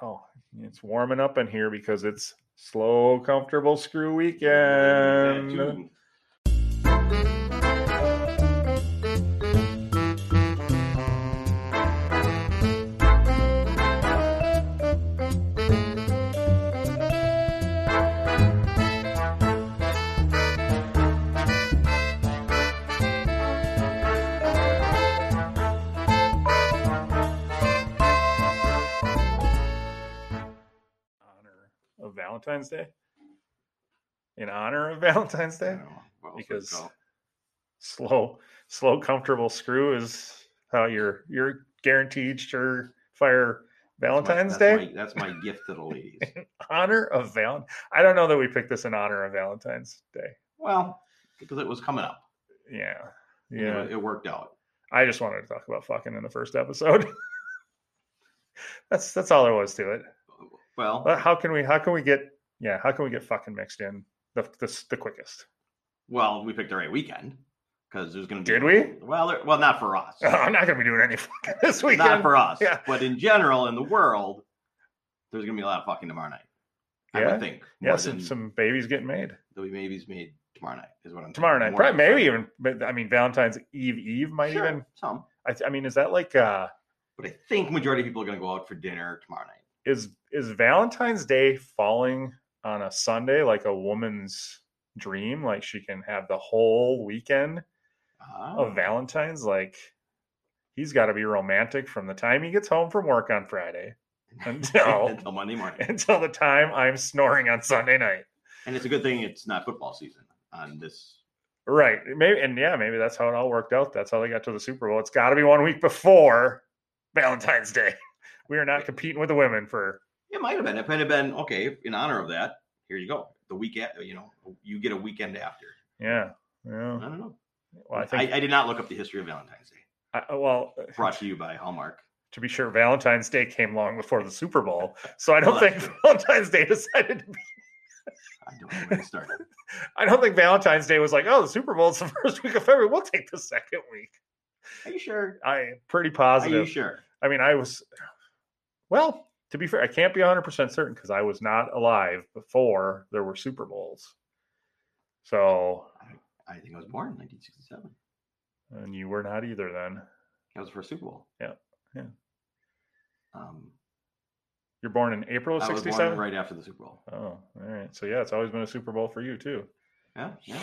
Oh, it's warming up in here because it's slow, comfortable screw weekend. honor of Valentine's Day. In honor of Valentine's Day, eh, because slow, slow, comfortable screw is how you're you're guaranteed sure fire Valentine's that's Day. My, that's my gift to the ladies. honor of Val. I don't know that we picked this in honor of Valentine's Day. well, because it was coming up. Yeah, you know, yeah. it worked out. I just wanted to talk about fucking in the first episode. that's that's all there was to it. Well, Well, Uh, How can we how can we get yeah how can we get fucking mixed in the the, the quickest? well, we picked the right weekend because there's going to be. Did we? Well, there, well, not for us. I'm not gonna be doing any fucking this weekend. not for us. Yeah. But in general, in the world, there's going to be a lot of fucking tomorrow night. I Yeah. would think. Yeah, more some, than some babies getting made the maybe's made tomorrow night is what I'm tomorrow night. thinking. Probably, More- maybe even, but I mean, Valentine's Eve Eve might Sure, even. some. I, th- I mean, is that like uh But I think majority of people are going to go out for dinner tomorrow night. is is Valentine's Day falling on a Sunday like a woman's dream? Like she can have the whole weekend Ah, of Oh, Valentine's. Like he's got to be romantic from the time he gets home from work on Friday until- until Monday morning. until the time I'm snoring on Sunday night. And it's a good thing it's not football season on this. Right. Maybe and yeah, maybe that's how it all worked out. That's how they got to the Super Bowl. It's got to be one week before Valentine's Day. We are not competing with the women for It might have been. It might have been okay in honor of that. Here you go. The weekend, you know, you get a weekend after. yeah. I Yeah. don't know. Well, I think I, I did not look up the history of Valentine's Day. I, well, Brought to you by Hallmark. to be sure Valentine's Day came long before the Super Bowl. So I don't Well, think that's Valentine's Day decided to be I don't know where to start. I don't think Valentine's Day was like, "Oh, the Super Bowl's the first week of February. We'll take the second week." Are you sure? I pretty Are you positive. sure? I mean, I was, well, to be fair, I can't be 100% certain because I was not alive before there were Super Bowls. So, I think I was born in 1967. and you were not either then. That was the first Super Bowl. Yeah, yeah. Um, You're born in April of I was born 67? right after the Super Bowl. Oh, all right. So, yeah, it's always been a Super Bowl for you, too. Yeah, yeah.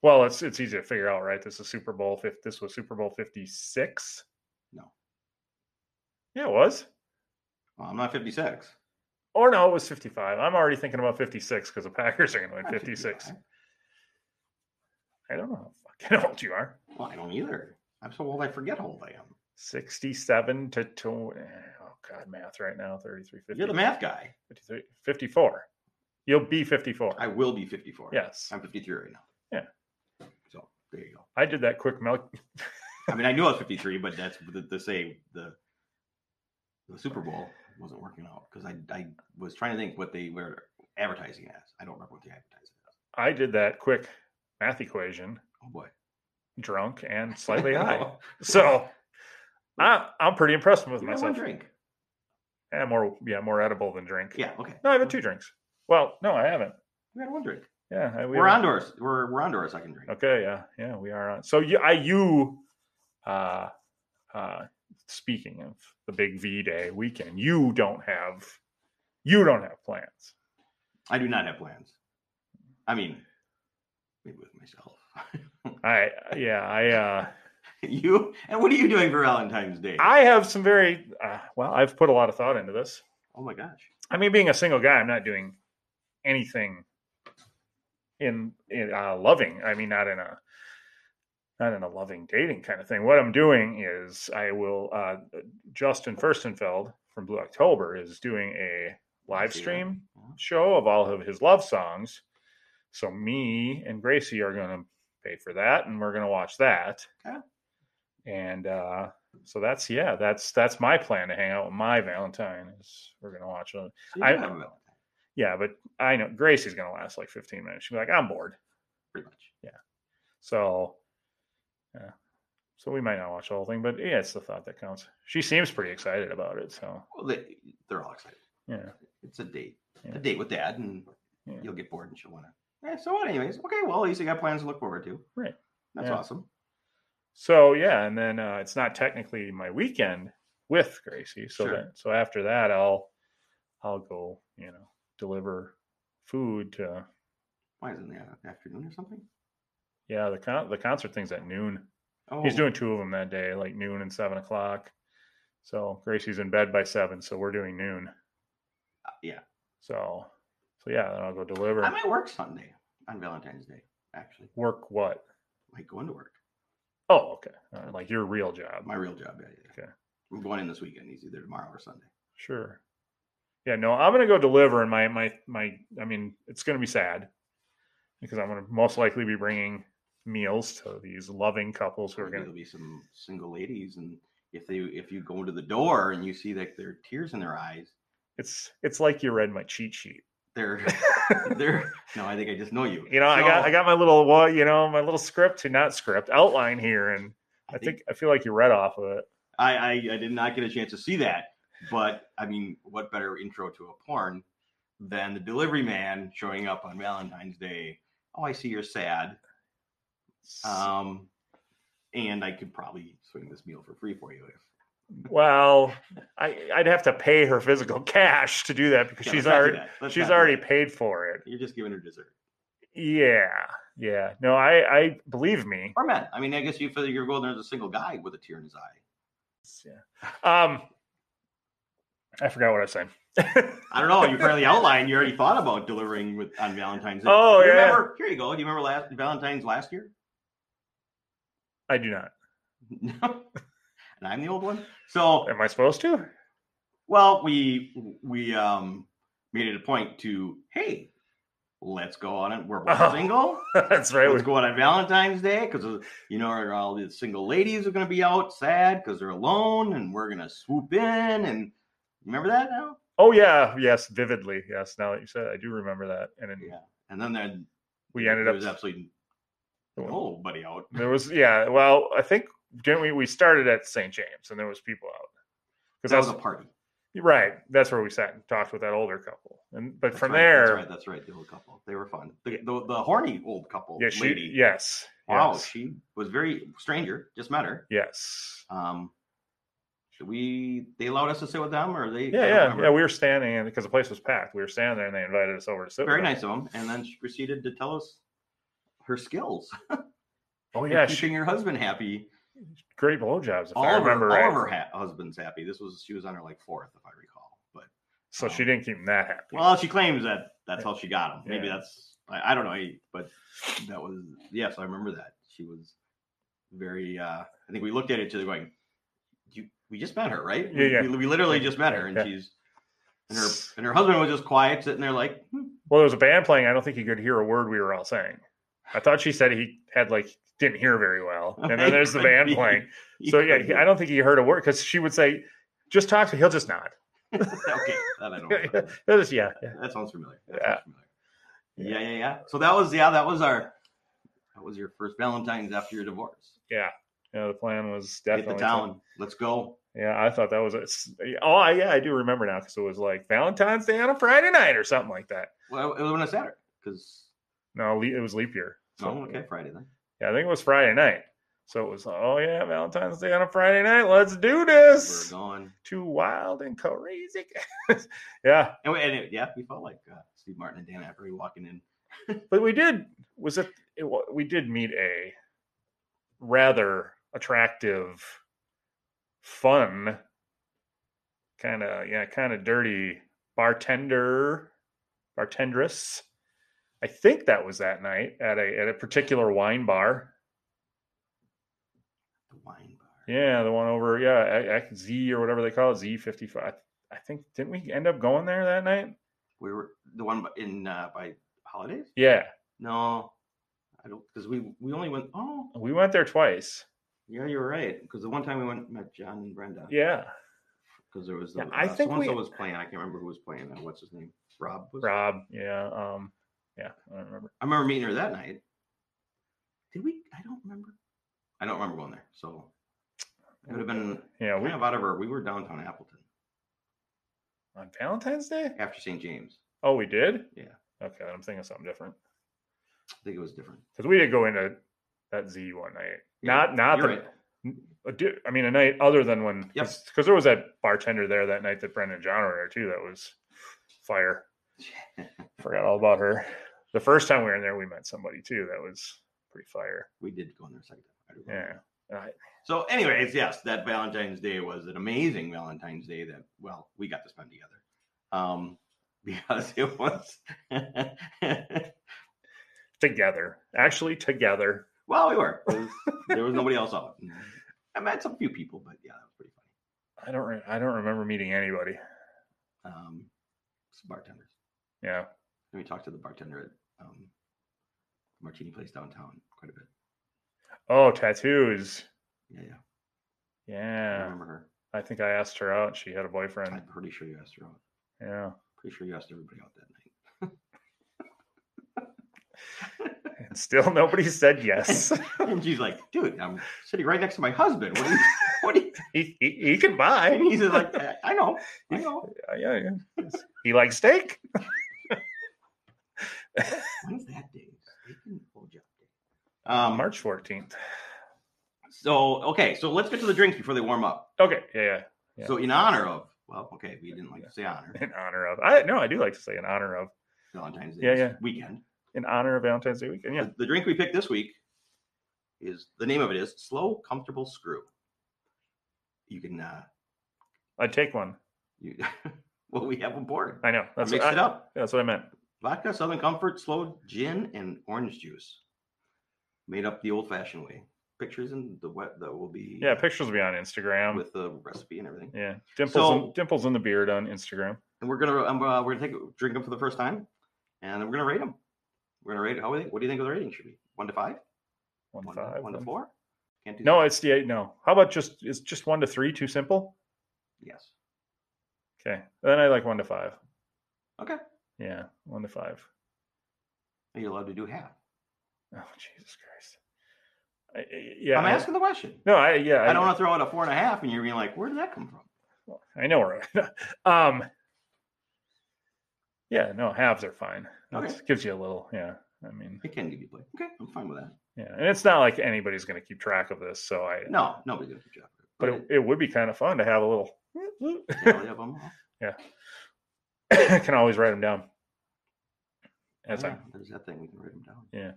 Well, it's it's easy to figure out, right? This is Super Bowl. fif- This was Super Bowl 56? No. Yeah, it was. Well, I'm not 56. Or no, it was 55. I'm already thinking about 56 because the Packers are going to win I'm not 56. 55. I don't know how fucking old you are. Well, I don't either. I'm so old. I forget how old I am. 67 to 20. Oh, God, math right now 33, 50, You're the math guy. 53, 54. You'll be 54. I will be 54. yes. i I'm 53 right now. Yeah. So there you go. did that quick milk. I mean, I knew I was 53, but that's the, the say the the Super Bowl wasn't working out because I, I was trying to think what they were advertising as. I don't remember what they advertised as. I did that quick math equation Oh boy, drunk and slightly high. So I, I'm pretty impressed with Oh. You had one myself. drink. Yeah, more, yeah, more edible than drink. Yeah. Okay. No, I've had two drinks. Well, no, I haven't. We had one drink. Yeah. I, We are on to our we're we're on to our second drink. Okay, yeah, yeah, we are on. So you, I, you, uh, uh, speaking of the big V Day weekend, you don't have you don't have plans. I do not have plans. I mean, maybe with myself. I yeah, I uh you and what are you doing for Valentine's Day? I have some very uh, well, I've put a lot of thought into this. oh my gosh. I mean, being a single guy, I'm not doing anything in in uh, loving. I mean, not in a not in a loving dating kind of thing. What I'm doing is I will uh, Justin Furstenfeld from Blue October is doing a live See that. stream Yeah. show of all of his love songs. So me and Gracie are going to pay for that, and we're going to watch that. Okay. And uh, so that's yeah, that's that's my plan to hang out with my Valentine is we're going to watch a So you I- don't have a Valentine, yeah, but I know Gracie's gonna last like 15 minutes. She'll be like, I'm bored. pretty much. So yeah. So we might not watch the whole thing, but yeah, it's the thought that counts. She seems pretty excited about it. So Well, they they're all excited. yeah. It's a date, Yeah. a date with dad, and Yeah. you'll get bored and she'll wanna. Yeah, so what? Anyways, okay. Well, at least you got plans to look forward to. Right. That's Yeah. awesome. So yeah, and then uh, it's not technically my weekend with Gracie. So Sure. that so after that I'll I'll go, you know, deliver food to Why is it in the afternoon or something? yeah, the con- the concert thing's at noon. Oh, He's doing two of them that day, like noon and seven o'clock. So Gracie's in bed by seven, so we're doing noon. Uh, yeah. So, so yeah, then I'll go deliver. I might work Sunday on Valentine's Day. Actually, Work what? might go into work. Oh, okay. Uh, like your real job. My real job. Yeah, yeah. Okay. I'm going in this weekend. He's either tomorrow or Sunday. Sure. Yeah, no, I'm gonna go deliver, and my my my. I mean, it's gonna be sad because I'm gonna most likely be bringing meals to these loving couples who are Maybe gonna. there'll be some single ladies, and if they if you go to the door and you see like their tears in their eyes, It's it's like you read my cheat sheet. they're they're no, I think I just know you. You know, I got So, I got my little what you know my little script to not script outline here, and I I think think I feel like you read off of it. I, I I did not get a chance to see that, but I mean, what better intro to a porn than the delivery man showing up on Valentine's Day? Oh, I see you're sad. Um, and I could probably swing this meal for free for you if Well, I, I'd have to pay her physical cash to do that because Yeah, she's let's not do already that. Let's not she's do already that. paid for it. You're just giving her dessert Yeah, yeah. No, I I believe me. or men. I mean, I guess you feel you're going there as a single guy with a tear in his eye. Yeah. Um, I forgot what I was saying. I don't know. You finally outlined. You already thought about delivering with on Valentine's. Day. Oh, Do you yeah. Remember, here you go. Do you remember last Valentine's last year? I do not. No. and I'm the old one. So, Am I supposed to? well, we we um made it a point to hey, let's go on it. We're both Oh, single. That's right. Let's go out on Valentine's Day because you know all the single ladies are going to be out sad because they're alone, and we're going to swoop in and remember that now. Oh yeah, yes, vividly. Yes. Now that you said, it, I do remember that. And then Yeah. And then there, we ended there up. Oh. was absolutely nobody out. There was yeah. Well, I think didn't we? We started at St. James, and there was people out because That I was was a party. Right. That's where we sat and talked with that older couple. And but That's from right, there, that's right, that's right. The old couple, they were fun. The, the, the horny old couple yeah, she, lady. yes, wow, yes, she was very stranger. Just met her. yes. Um, should we? They allowed us to sit with them, or they? I Yeah, don't yeah, remember. yeah. We were standing in because the place was packed. We were standing there, and they invited us over to sit. very with them. nice of them. And then she proceeded to tell us her skills. Oh in yeah, she, keeping her husband happy. great blowjobs. If All I of her, remember all right. of her ha- husbands happy. This was she was on her like fourth, if I recall. But so she um, didn't keep them that happy. Well, she claims that that's how she got him. Maybe Yeah. that's I, I don't know, I- but that was yes, I remember that. She was very. uh I think we looked at each other going, "You, we just met her, right? We- Yeah, yeah. We, we literally Yeah. just met her, and Yeah. she's and her and her husband was just quiet, sitting there like, hmm. well, there was a band playing. I don't think he could hear a word we were all saying. I thought she said he had like didn't hear very well, and then It there's the could band be. playing. So yeah, he- I don't think he heard a word because she would say, "Just talk to." He'll just nod. okay, that I don't. He'll remember. just yeah, yeah. That sounds familiar. That Yeah. sounds familiar. Yeah, yeah, yeah. So that was yeah, that was our that was your first Valentine's after your divorce. Yeah, the plan was Hit definitely the to- town. Let's go. Yeah, I thought that was it's- oh I- yeah, I do remember now because it was like Valentine's Day on a Friday night or something like that. Well, it was on a Saturday because No, le- it was leap year. oh, okay, Friday then. Yeah, I think it was Friday night. So it was, oh yeah, Valentine's Day on a Friday night. Let's do this. We're going. Too wild and crazy. yeah, And, we, and it, yeah, we felt like uh, Steve Martin and Dan Avery walking in. but we did. Was it? it wa- we did meet a rather attractive, fun, kind of yeah, kind of dirty bartender, bartendress. I think that was that night at a at a particular wine bar. The wine bar. Yeah, the one over, yeah, X- XZ or whatever they call it, Z55. I think, didn't we end up going there that night? We were the one by- in uh, by holidays. Yeah, No, I don't because we we only went. Oh, we went there twice. yeah, you're right. Because the one time we went met John and Brenda. Yeah, Because there was the, Yeah, uh, I think so-and-so we- was playing. I can't remember who was playing. Uh, what's his name? Rob. Was, Rob. Yeah, um, yeah, I don't remember. I remember meeting her that night. Did we? I don't remember. I don't remember going there. So it would have been Yeah, we kind of out of her. We were downtown Appleton on Valentine's Day. after St. James. Oh, we did. Yeah. Okay, I'm thinking something different I think it was different. because we did go into that Z one night. Yeah, Not not You're the. right. a di- I mean, a night other than when Yep. because there was that bartender there that night that Brendan John were there too. That was fire. Forgot all about her. The first time we were in there, we met somebody too. That was pretty fire. We did go in there a second time. I do remember Yeah. that. I- So, anyways, yes, that Valentine's Day was an amazing Valentine's Day that well we got to spend together, um, because it was together, actually together. well we were It was- there was nobody else out. I met some few people, but yeah, that was pretty funny. I don't. Re- I don't remember meeting anybody. Um, some bartenders. Yeah. Then we talked to the bartender at um, Martini Place downtown quite a bit. Oh, tattoos. Yeah, yeah, I Yeah. remember her. I think I asked her out. She had a boyfriend. I'm pretty sure you asked her out. Yeah. Pretty sure you asked everybody out that night. And still nobody said yes. and she's like, dude, I'm sitting right next to my husband. What do you? What do you? he, he, he can buy. And he's just like, I, I know, I know. Yeah, yeah, yeah. He likes steak. When's that day? Steak and blowjob day. Um, March 14th. So okay, so let's get to the drinks before they warm up. Okay. Yeah, yeah. Yeah. So in honor of, well, okay, we didn't like to say honor In honor of. I no, I do like to say in honor of. Valentine's Day Yeah, this yeah. weekend. In honor of Valentine's Day weekend. Yeah. The drink we picked this week is the name of it is Slow Comfortable Screw. You can, uh, I'd take one. you, well, we have them boarded. I know. That's Mix what I, it up. That's what I meant. Vodka, Southern Comfort, slow gin, and orange juice. Made up the old-fashioned way. Pictures and the wet that will be Yeah, pictures will be on Instagram. with the recipe and everything. yeah. Dimples So- and, dimples in the beard on Instagram. And we're gonna um, uh, we're gonna take drink them for the first time, and then we're gonna rate them. We're gonna rate how we think. What do you think the rating should be? One to five. One, One, five. one to one- four. Can't do No, that. it's the no. How about just it's just one to three, too simple? yes. Okay. Then I like one to five. Okay. Yeah. One to five. Are you allowed to do half? Oh Jesus Christ. I, I- yeah. I'm I- asking the question. No, I yeah. I don't want to throw out a four and a half, and you're being like, "Where did that come from?" I know where. um, yeah, no, halves are fine. That Okay. gives you a little. Yeah, I mean, It can give you play. Okay, I'm fine with that. yeah, and it's not like anybody's going to keep track of this. So I, No, nobody's gonna keep track of it. but it, it would be kind of fun to have a little. they already have them all. can always write them down. As Yeah, I'm there's that thing we can write them down. Yeah.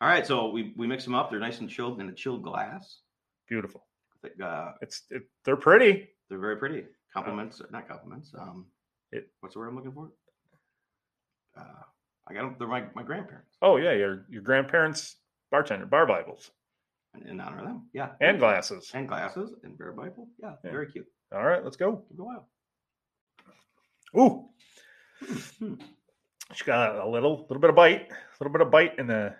All right, so we we mix them up. They're nice and chilled in a chilled glass. beautiful, Uh, it's it, they're pretty. they're very pretty. Compliments, not compliments. Um, Oh. It- what's the word I'm looking for? Uh, I got them. They're my, my grandparents. Oh yeah, your your grandparents bartender bar bibles In- In honor of them, yeah. and glasses. and glasses and bear Bible. Yeah, Yeah. very cute. All right, let's go. Give it a while. Ooh, Hmm, she got a little little bit of bite, a little bit of bite in the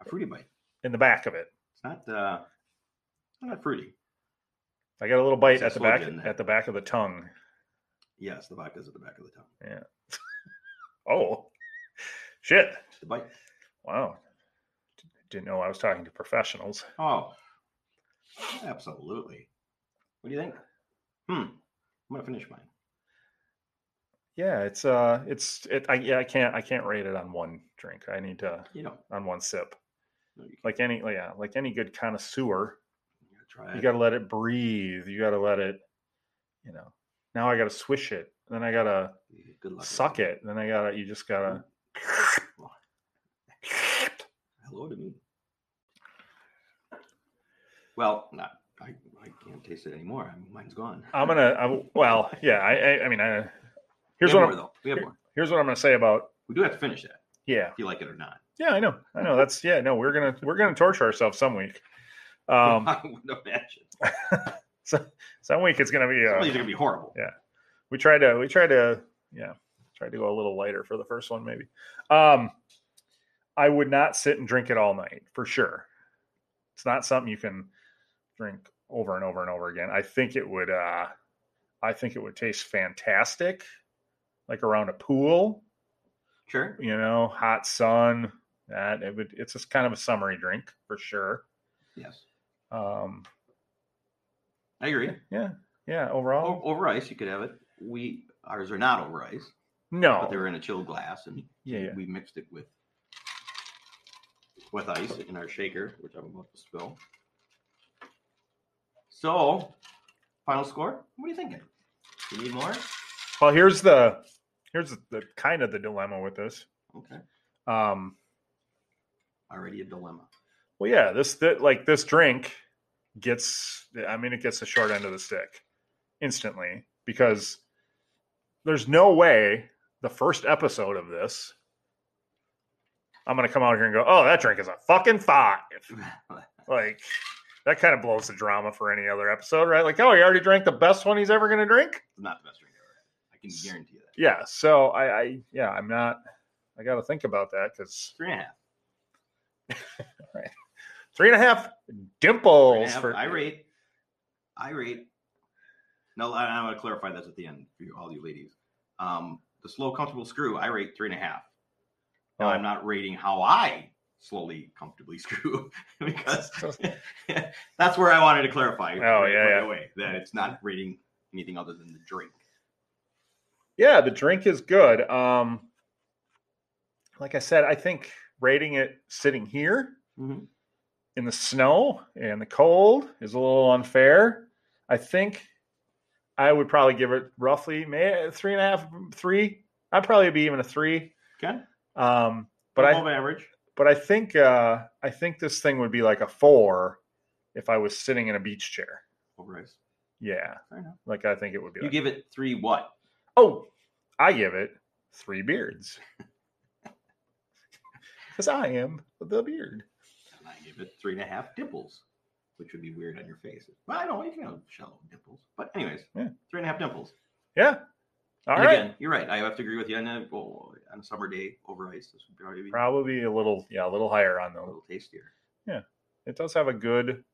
A fruity bite. in the back of it. It's not uh, not fruity. I got a little bite It's a at the slow back gin there. at the back of the tongue. Yes, the vodka's at the back of the tongue. Oh, shit! The bite. Wow, D- didn't know I was talking to professionals. Oh, absolutely. What do you think? Hmm. I'm gonna finish mine. Yeah, it's uh, it's it. I yeah, I can't I can't rate it on one drink. I need to You know, on one sip. no, you can't. Like any yeah, like any good connoisseur, Try You it. got to let it breathe. You got to let it, you know. Now I got to swish it. Then I got to Good luck. suck it. Then I got to, you just got Mm. to. Hello to me. Well, not, I, I can't taste it anymore. I mean, mine's gone. I'm going to, well, yeah, I, I, I mean, I, We here's have what, more, I'm, though. We have more. here's what I'm going to say about, We do have to finish that, yeah, if you like it or not. yeah, I know, I know. That's, yeah, no, we're going to, we're going to torture ourselves some week. Um, I would imagine. so, some week it's going to be, Some of uh, these are gonna be horrible. Yeah. we tried to we tried to yeah tried to go a little lighter for the first one maybe um i would not sit and drink it all night for sure it's not something you can drink over and over and over again i think it would uh i think it would taste fantastic like around a pool Sure. you know hot sun that it would it's just kind of a summery drink for sure Yes. um I agree. yeah yeah O- overall over ice, you could have it. We ours are not over ice, no but they were in a chilled glass, and yeah, yeah we mixed it with with ice in our shaker, which I'm about to spill. So, final score. What are you thinking? You need more? well here's the here's the, the kind of the dilemma with this Okay. um Already a dilemma. well yeah this that like this drink gets i mean it gets the short end of the stick instantly because there's no way the first episode of this i'm gonna come out here and go oh that drink is a fucking five like that kind of blows the drama for any other episode right like oh he already drank the best one he's ever gonna drink It's not the best drink ever. I can guarantee that. yeah so i i yeah i'm not i gotta think about that because Three and a half. three and a half Three and a dimples half. for I rate. I rate. No, I, I want to clarify this at the end for you, all you ladies. Um, the slow, comfortable screw. I rate three and a half. Oh, Now I'm not rating how I slowly, comfortably screw because that's where I wanted to clarify. Oh, yeah, right yeah. away that it's not rating anything other than the drink. yeah the drink is good um like i said i think rating it sitting here Mhm. in the snow and the cold is a little unfair i think i would probably give it roughly may three and a half three i'd probably be even a three Okay, um but i above average. but i think uh i think this thing would be like a four if i was sitting in a beach chair Over ice. yeah Fair enough. like i think it would be You like, give it three what? Oh, I give it three beards. Because I am the beard. And I give it three and a half dimples, which would be weird on your face. But I don't, you can have shallow dimples. But anyways, Yeah. three and a half dimples. Yeah. All and right. again, you're right. I have to agree with you on a, oh, on a summer day over ice. This would probably be Probably a little, yeah, a little higher on a those. little tastier. It does have a good,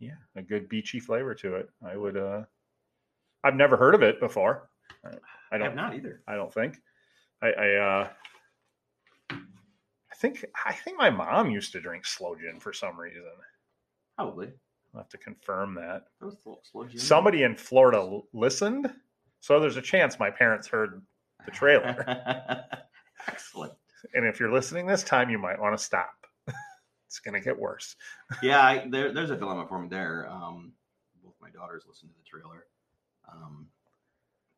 yeah, a good beachy flavor to it. I would, uh, I've never heard of it before. I- I I have don't, not either. I don't think. I, I, uh, I think, I think my mom used to drink slow gin for some reason. Probably. I'll have to confirm that. That was slow, slow gin. somebody in Florida l- listened. So there's a chance my parents heard the trailer. Excellent. and if you're listening this time, you might want to stop. it's going to get worse. Yeah, I, there, there's a dilemma for me there. Um, both my daughters listen to the trailer, um,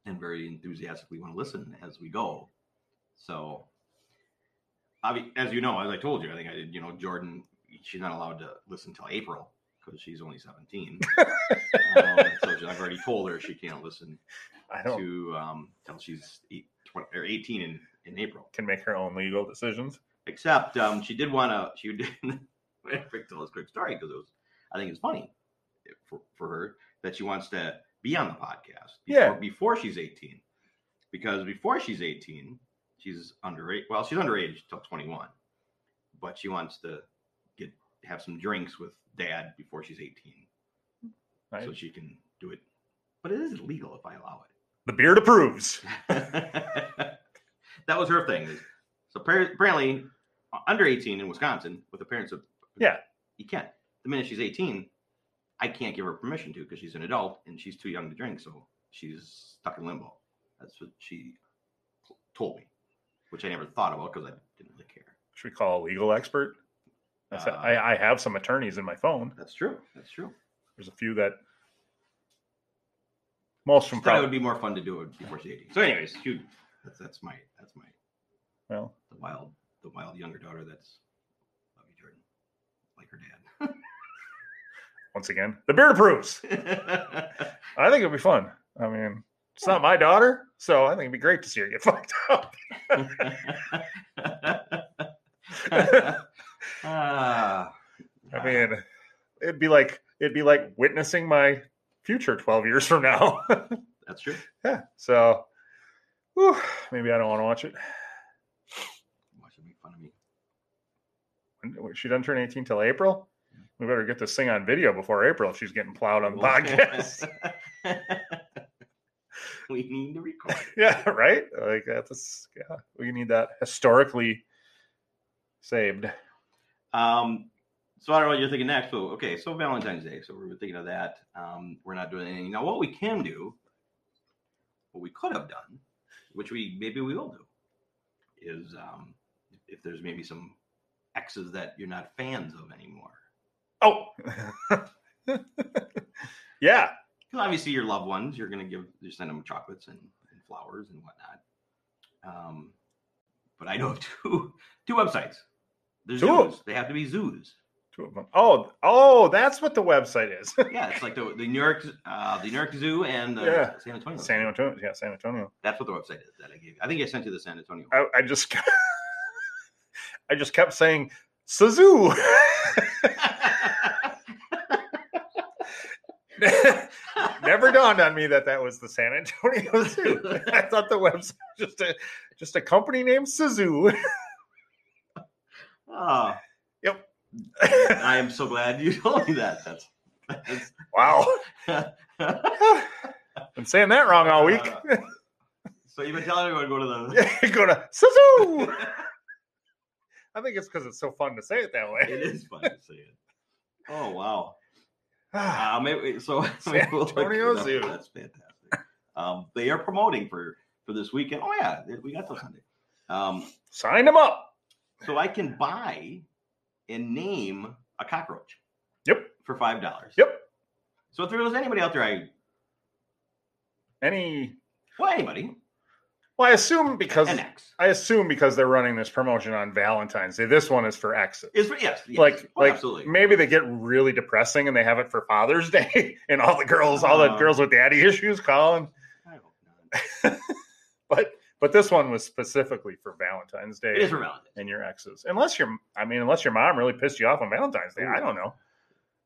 and very enthusiastically want to listen as we go. So, I mean, as you know, as I told you, I think I did. You know, Jordan, she's not allowed to listen till April because she's only 17. um, so I've already told her she can't listen I don't to um, till she's eight, 20, or 18 in, in April. can make her own legal decisions. Except um, she did want to. She did. I could tell this quick story because it was. I think it's funny eh, for, for her that she wants to be on the podcast. Before, Yeah. Before she's eighteen, because before she's eighteen, she's underage. Well, she's underage till twenty one, but she wants to get have some drinks with dad before she's eighteen, Right? so she can do it. But it is illegal if I allow it. the beard approves. that was her thing. is- So par- apparently, uh, under 18 in Wisconsin, with the parents of Yeah. you can't. The minute she's 18, I can't give her permission to because she's an adult and she's too young to drink, so she's stuck in limbo. That's what she t- told me, which I never thought about because I didn't really care. Should we call a legal expert? I, said, Uh, I, I have some attorneys in my phone. That's true. That's true. There's a few that most from Thought it probably would be more fun to do it before she's 18. So, anyways, shoot, that's that's my that's my well. the wild the wild younger daughter that's love you, Jordan, like her Once again, the beard approves. dad. I think it'd be fun. I mean, it's not my daughter, so I think it'd be great to see her get fucked up. Ah. I mean, it'd be like it'd be like witnessing my future twelve years from now. that's true. yeah. So whew, maybe I don't want to watch it. Why should you make fun of me? When- She doesn't turn eighteen till April. We better get this thing on video before April if she's getting plowed on the podcast. we need to record. yeah, right. Like that's yeah, we need that historically saved. Um, so I don't know what you're thinking next, but okay, so Valentine's Day. So we were thinking of that. Um, we're not doing anything now. What we can do, what we could have done, which we maybe we will do, is um, if there's maybe some exes that you're not fans of anymore. Oh, yeah. Because obviously, your loved ones, you're going to give, you send them chocolates and, and flowers and whatnot. Um, but I know of two two websites. There's Two of 'em? zoos. They have to be zoos. Two of them. Oh, oh, that's what the website is. Yeah, it's like the, the New York uh, the New York Zoo and the Yeah. San Antonio. San Antonio. Yeah, San Antonio. That's what the website is that I gave. you. I think I sent you the San Antonio. I, I just, I just kept saying Suzu. Never dawned on me that that was the San Antonio Zoo. I thought the website was just a just a company named Suzu. oh, I am so glad you told me that. That's, that's wow, been saying that wrong all week. Uh, so you've been telling everyone to go to the. Go to Suzu. I think it's because it's so fun to say it that it way. is funny to see it. Oh wow. Uh, maybe so. San maybe we'll look it Antonio up. Zoo. That's fantastic. Um, they are promoting for for this weekend. Oh yeah, we got till Sunday. Um, Sign them up. so I can buy and name a cockroach. Yep. For five dollars. Yep. So if there was anybody out there, I Any? well anybody Well, I assume because an X I assume because they're running this promotion on Valentine's Day. This one is for exes. is yes, yes. like, Oh, like absolutely maybe they get really depressing and they have it for Father's Day, and all the girls, all the Uh. girls with daddy issues, calling. I hope not. But but this one was specifically for Valentine's It Day is for Valentine's. and your exes. Unless your, I mean, unless your mom really pissed you off on Valentine's Day, I don't know.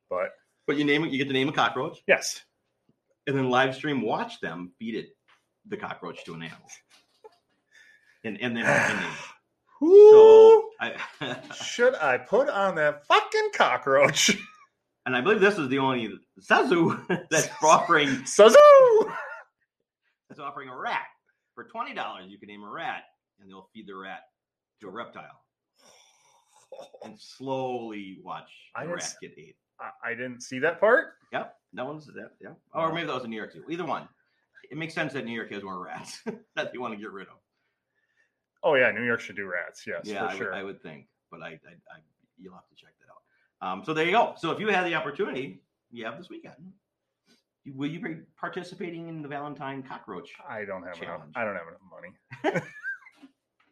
But But you name it, you get to name a cockroach, yes, and then live stream watch them feed it the cockroach to an animal, and and then and name it. who I, should I put on that fucking cockroach? and I believe this is the only Zazu that's offering Sazoo! that's offering a rat for twenty dollars. You can name a rat, and they'll feed the rat to a reptile and slowly watch I the didn't rat s- get ate. I- I didn't see that part. Yep, that one's that. Yeah, or maybe that was in New York Zoo. Either one. It makes sense that New York has more rats that they want to get rid of. Oh yeah, New York should do rats. Yes, for yeah, I, sure. would, I would think, but I, I, I, you'll have to check that out. Um, so there you go. So if you had the opportunity, you have this weekend. You- Will you be participating in the Valentine cockroach? I don't have Challenge. enough. I don't have enough money.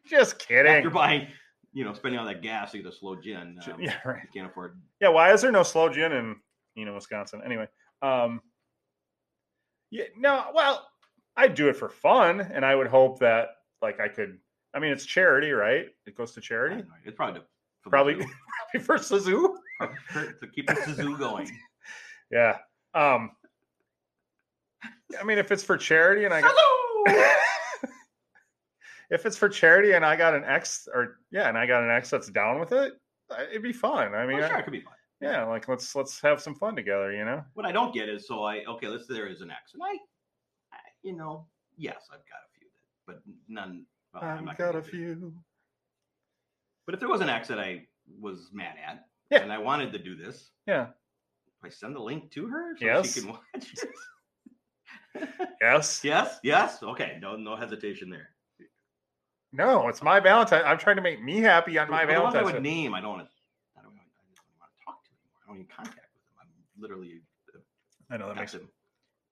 Just You're kidding. buying, you know, spending all that gas to get a slow gin. J- Um, yeah, right. You can't afford. Yeah, why is there no slow gin in you know Wisconsin? Anyway, um, yeah, no. Well, I do it for fun, and I would hope that like I could. I mean, it's charity, right? It goes to I don't charity, know, It's probably to, for the Probably- zoo, for Sazoo. probably for- to keep the zoo going. Yeah. Um, I mean, if it's for charity and I got Zoo! if it's for charity and I got an ex or yeah, and I got an ex that's down with it, I- it'd be fun. I mean, Oh, I- sure, it could be fun. yeah, like let's let's have some fun together, you know. What I don't get is so I okay. Let's say there is an X, and I, I you know, yes, I've got a few, but none. well, Oh, I'm I've not gonna got a get to it. few. But if there was an ex that I was mad at, Yeah. and I wanted to do this, Yeah. do I send the link to her so Yes. she can watch it. Yes. yes, yes. Okay, no, no hesitation there. No, it's my Valentine. I'm trying to make me happy on But- my but the ones I Valentine's. would Day. name, I don't. wanna- I don't, wanna- I don't want to talk to anymore. I don't even contact with them. I'm literally I know that makes That's it him.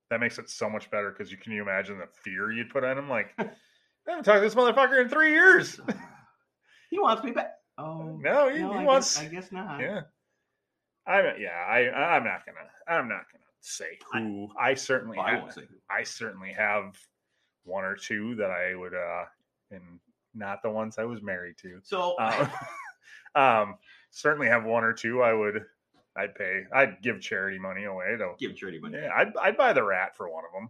that makes it so much better because you can you imagine the fear you'd put on him? Like, I haven't talked to this motherfucker in three years. He wants me back. Oh No, he, he I wants. Guess, I guess not. yeah, I'm. Yeah, I. I- I'm not gonna. I'm not gonna say I- who. I, certainly. Well, I have- won't say. who. I certainly have one or two that I would. uh And not the ones I was married to. So Um, um, certainly have one or two. I would. I'd pay. I'd give charity money away though. give charity money. Yeah, I'd, I'd buy the rat for one of them.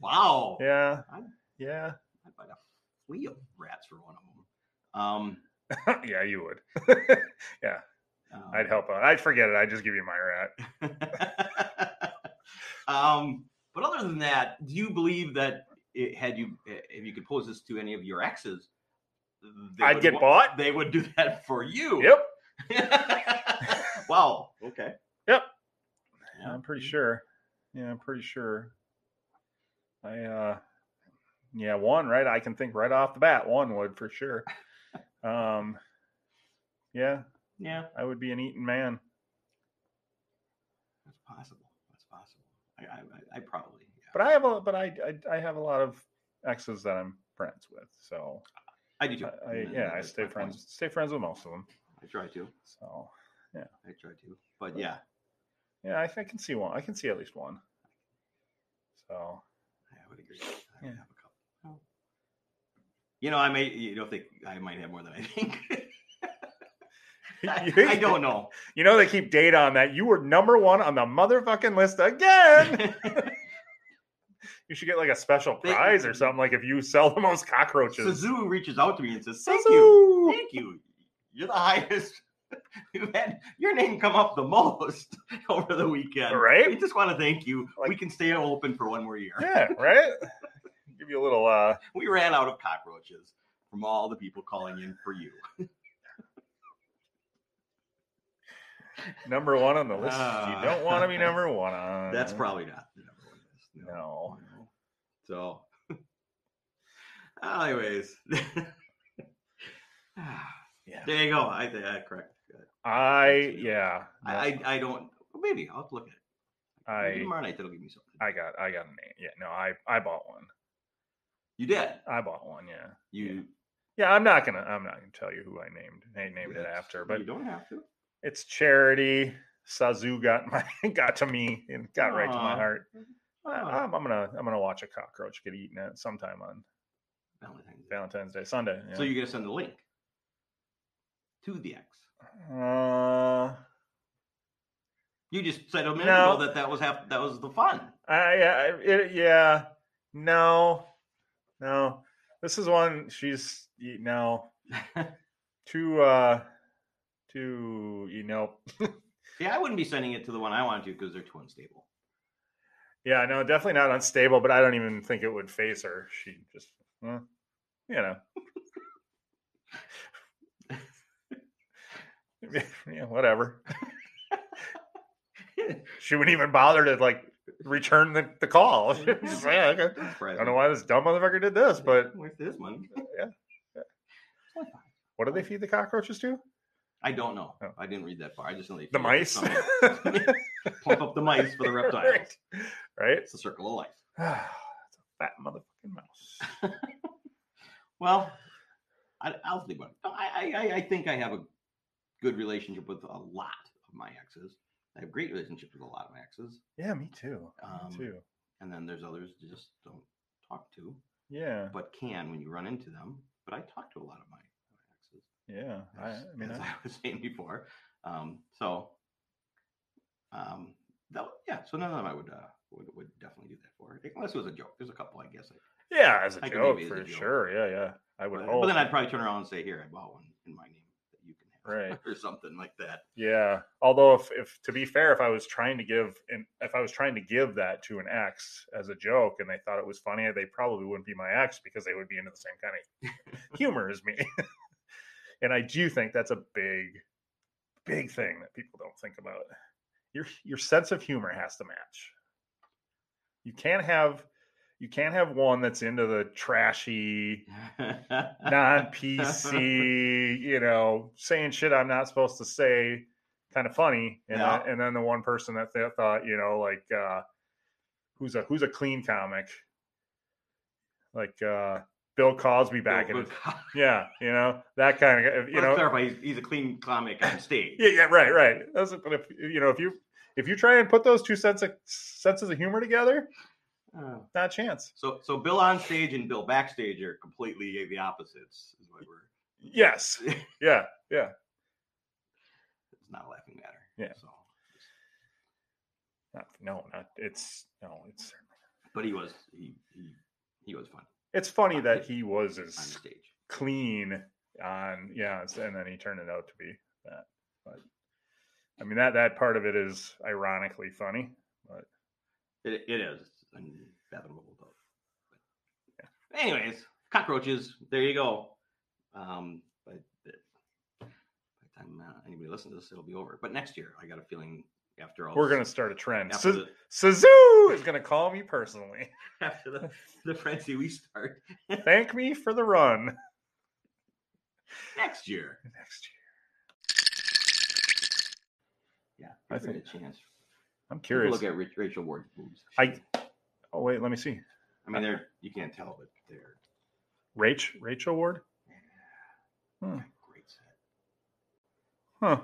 Wow. Yeah, I'm- yeah, I'd buy a flea of rats for one of them. Um, yeah. You would. um, I'd help out. I'd forget it. I'd just give you my rat. um, but other than that, do you believe that it, had you eh, if you could pose this to any of your exes, they I'd would get wa- bought. They would do that for you. Yep. wow. Okay. Yep. Yeah. I'm pretty sure. Yeah, I'm pretty sure. I uh yeah, one, right? I can think right off the bat, one would for sure. Um yeah, Yeah, I would be an eaten man. that's possible. That's possible. I, I, I- I probably. Yeah. But I have a but I I, I have a lot of exes that I'm friends with. So I do too. I, I And yeah, I that's stay my point. friends stay friends with most of them. I try to. So I try to. But yeah, yeah, I, I can see one. I can see at least one. So I would agree. I would Yeah. have a couple. Oh. You know, I may. You don't think I might have more than I think. I, I don't know. You know they keep data on that. You were number one on the motherfucking list again. You should get like a special They- prize or something. Like if you sell the most cockroaches. Suzu reaches out to me and says, "Thank you, Suzu! thank you. You're the highest. You've had your name come up the most over the weekend, Right? We just want to thank you. we Like- can stay open for one more year. Yeah, right. Give you a little. uh We ran out of cockroaches from all the people calling in for you. Number one on the list. you Ah. don't want to be number one on. That's probably not the number one list. Uh, no. So, anyways, Yeah. there you go. I think I correct. I yeah. I, I I don't. well, Maybe I'll have to look at it. Maybe I tomorrow night that'll give me something. I got I got a name. Yeah. No. I I bought one. you did. I bought one. Yeah. You Yeah. Yeah. I'm not gonna I'm not gonna tell you who I named. I named it Yes. after, but you don't have to. it's charity. Sazu got my got to me and got right to my Aw. heart. I- Aw. Um, I'm, I'm gonna I'm gonna watch a cockroach get eaten at sometime on Valentine's Day. Valentine's Day Sunday. yeah. So you're gonna send the link to the ex. uh, You just said a minute No. ago that that was half. That was the fun. I, I it, yeah no no this is one she's y- no too uh too you know yeah, I wouldn't be sending it to the one I wanted to because they're too unstable. yeah no definitely not unstable but I don't even think it would face her she just eh, you know yeah whatever she wouldn't even bother to like return the, the call. She's just like, "Yeah, okay. I don't know why this dumb motherfucker did this, but with this one, what do they feed the cockroaches to? I don't know. Oh. I didn't read that far. I just know they The feed it mice. to somebody. Pump up the mice for the reptiles. Right. right? It's the circle of life. it's a fat motherfucking mouse. Well, I, I'll think about it. No, I, I- I, I think I have a good relationship with a lot of my exes. I have great relationships with a lot of my exes, Yeah, me too. Um, me too. and then there's others you just don't talk to, Yeah, but can when you run into them. But I talk to a lot of my exes, yeah. I, I as, mean, as I- I was saying before. Um, so, um, that, yeah. So none of them I would uh, would would definitely do that for, unless it was a joke. There's a couple, I guess. I, yeah, as a I can joke maybe as a for joke. sure. Yeah, yeah. I would but, hope. but then I'd probably turn around and say, "Here, I bought one in my name that you can have," Right. or something like that. Yeah. Although, if, if to be fair, if I was trying to give and if I was trying to give that to an ex as a joke and they thought it was funny, they probably wouldn't be my ex because they would be into the same kind of humor as me. and I do think that's a big, big thing that people don't think about. Your your sense of humor has to match. You can't have you can't have one that's into the trashy, non PC, you know, saying shit I'm not supposed to say, kind of funny. And, Yeah. then, and then the one person that th- thought, you know, like, uh, who's a who's a clean comic, like uh, Bill Cosby back in, Bill his- Cosby. yeah, you know that kind of you Let's know clarify, he's, he's a clean comic on stage. yeah yeah right right. That's but if you know if you if you try and put those two sense of, senses of humor together, Oh. not a chance. So, so Bill on stage and Bill backstage are completely the opposites. Is what we're. Yes, yeah, yeah. It's not a laughing matter. Yeah. So, Not, no, not it's no, it's but he was he he, he was fun it's funny that he was on the as stage. clean on yeah, it's- and then he turned it out to be that. But I mean that that part of it is ironically funny. It, it is It's unfathomable. Though. But anyways, cockroaches. There you go. Um, but the- by the time uh, anybody listens to this, it'll be over. But next year, I got a feeling after all, We're this- gonna start a trend. after, Su- the, Suzu is gonna call me personally. after the the frenzy we start Thank me for the run next year. next year. Yeah, I I think a think- chance. I'm Take a curious. Look at Ra- Rachel Ward's boobs. I oh wait, let me see. I mean, they're you can't tell, but they're Rach Rachel Ward. Hmm. great set. Huh.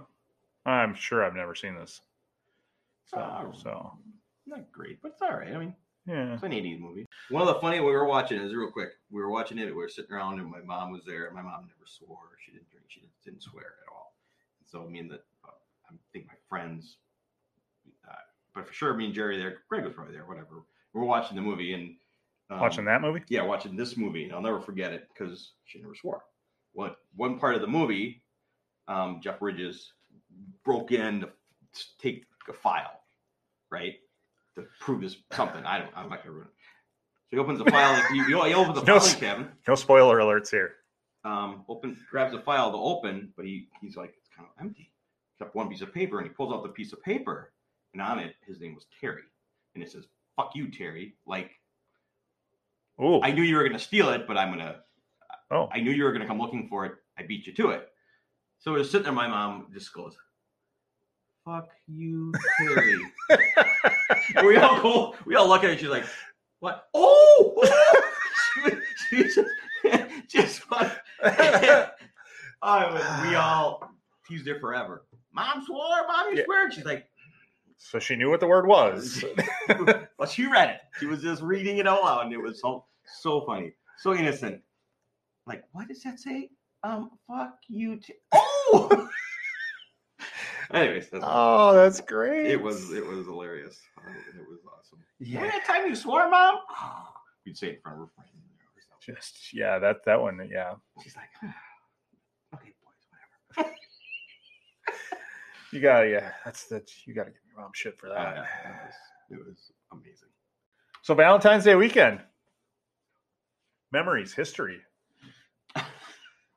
I'm sure I've never seen this. So Oh. so Not great, but it's all right. I mean, yeah. It's an 80s movie. One of the funny we were watching is real quick. We were watching it. We were sitting around, and my mom was there. My mom never swore. She didn't drink. She didn't, didn't swear at all. And so me and the, uh, I think my friends, uh, but for sure me and Jerry there. Greg was probably there. Whatever. We We're watching the movie and um, Watching that movie? yeah, watching this movie, and I'll never forget it because she never swore. What one part of the movie, um, Jeff Bridges broke in to s- take a file, right, to prove this something. I don't. I'm not gonna ruin it. So he opens the file. he, he opens the No s- filing cabinet. No spoiler alerts here. Um, open grabs the file to open, but he he's like it's kind of empty, except one piece of paper, and he pulls out the piece of paper, and on it his name was Terry, and it says "fuck you, Terry." Like Ooh. I knew you were gonna steal it, but I'm gonna oh. I knew you were going to come looking for it. I beat you to it. So we're sitting there. My mom just goes, "Fuck you, Terry." And we all go, we all look at her. She's like, "What? Oh!" she, was- she was just, just fuck. I was- we all teased her forever. Mom swore. Mom, you Yeah. swear. And she's like, so she knew what the word was. well, she read it. She was just reading it all out, and it was so so funny, so innocent. Like, what does that say? Um, fuck you. T- oh. Anyways, that's oh, that's great. it was it was hilarious. Uh, It was awesome. Yeah. yeah. that time you swore, mom? Oh, you'd say it in front of her friend. you know, or something. Just yeah, that that one, yeah. She's like, "Ah, okay, boys, whatever. You gotta yeah, that's that you gotta give your mom shit for that. Uh, it, was, it was amazing. So Valentine's Day weekend. Memories, history.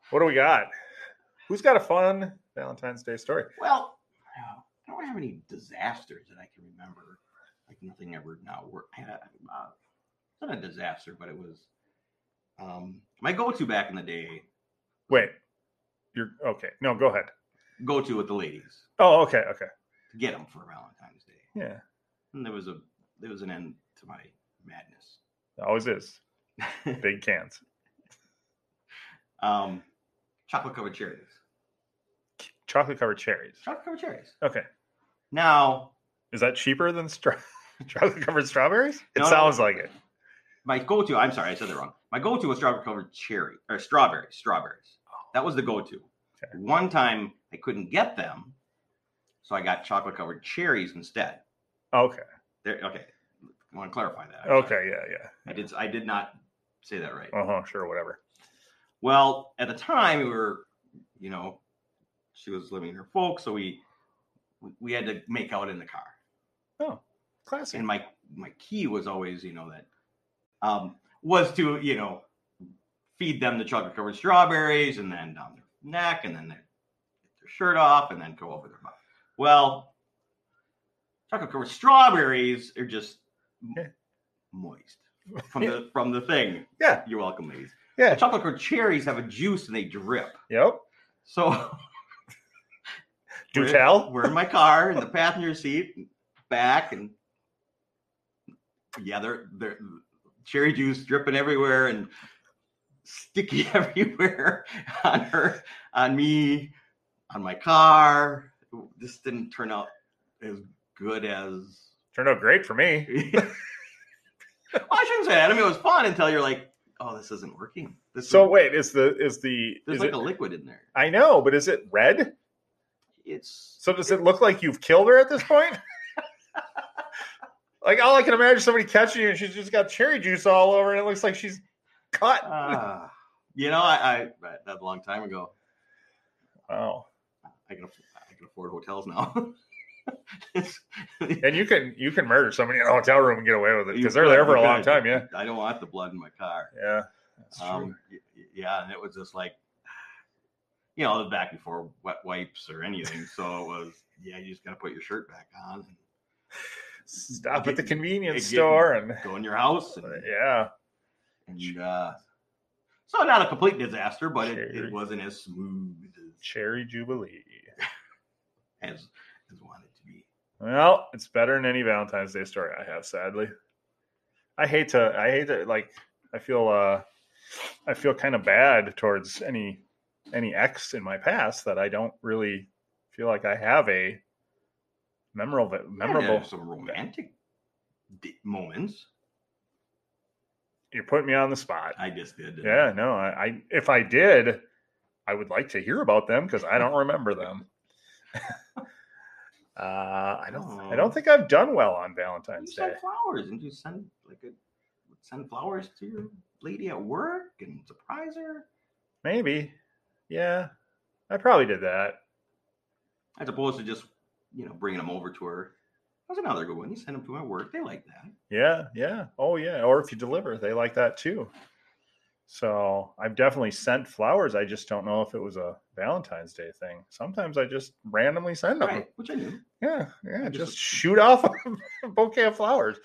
what do we got? Who's got a fun Valentine's Day story? Well, I don't have any disasters that I can remember. Like nothing ever not worked. I had a- uh, not a disaster, but it was um, my go-to back in the day. Wait. You're okay. No, go ahead. Go-to with the ladies Oh, okay, okay. to get them for Valentine's Day. Yeah. And there was a there was an end to my madness. Always is. Big cans. um, chocolate covered cherries. Chocolate covered cherries. Chocolate covered cherries. Okay. Now Is that cheaper than stra- chocolate covered strawberries? It No, no. sounds like it. my go-to. I'm sorry, I said that wrong. My go-to was strawberry covered cherry or strawberries. Strawberries. That was the go-to. Okay. One time I couldn't get them, so I got chocolate covered cherries instead. Okay. There. Okay. I want to clarify that. I'm sorry. Okay. Yeah. I did. I did not say that right. Yeah. Uh huh. Sure. Whatever. Well, at the time we were, you know, she was living with her folks, so we we had to make out in the car. Oh, classic. and my my key was always you know that um was to you know feed them the chocolate covered strawberries and then down their neck and then they get their shirt off and then go over their mouth well chocolate covered strawberries are just m- Yeah. moist from the from the thing Yeah. you're welcome ladies Yeah. chocolate covered cherries have a juice and they drip Yep. so Do we're- tell. We're in my car in the passenger seat, back and yeah, they're they're cherry juice dripping everywhere and sticky everywhere on her, on me, on my car. This didn't turn out as good as Turned out great for me. well, I shouldn't say that. I mean, it was fun until you're like, oh, this isn't working. This So is, wait, is the is the there's is like it, a liquid in there. I know, but is it red? It's So does it look like you've killed her at this point? like all I can imagine is somebody catching you and she's just got cherry juice all over and it looks like she's cut. uh, you know, I, I that a long time ago. Wow. I can aff- I can afford hotels now. It's- And you can you can murder somebody in a hotel room and get away with it because they're there for a long time, yeah. I don't want the blood in my car. Yeah. That's true. Um, y- y- yeah, and it was just like, you know, it was back before wet wipes or anything. So it was, yeah, you just got to put your shirt back on Stop at get- the convenience get- store and and go in your house. And, yeah. and, uh, so not a complete disaster, but it, Sure. it wasn't as smooth Cherry Jubilee. as, as as wanted to be. Well, it's better than any Valentine's Day story I have, sadly. I hate to I hate to like I feel uh I feel kind of bad towards any any ex in my past that I don't really feel like I have a memorable Yeah, there memorable are some romantic d- moments. you're putting me on the spot. I just did. didn't Yeah, no, I, I if I did, I would like to hear about them because I don't remember them. uh, I don't. I Oh. don't think I've done well on I? You Valentine's Day. send flowers and you send like a send flowers to your lady at work and surprise her. Maybe. Yeah, I probably did that. as opposed to just you know bringing them over to her. That was another good one. You send them to my work; they like that. Yeah, yeah. Oh, yeah. Or if you deliver, they like that too. So I've definitely sent flowers. I just don't know if it was a Valentine's Day thing. Sometimes I just randomly send them. Right, which I knew. Yeah, yeah. I Just, just- shoot off a bouquet of flowers.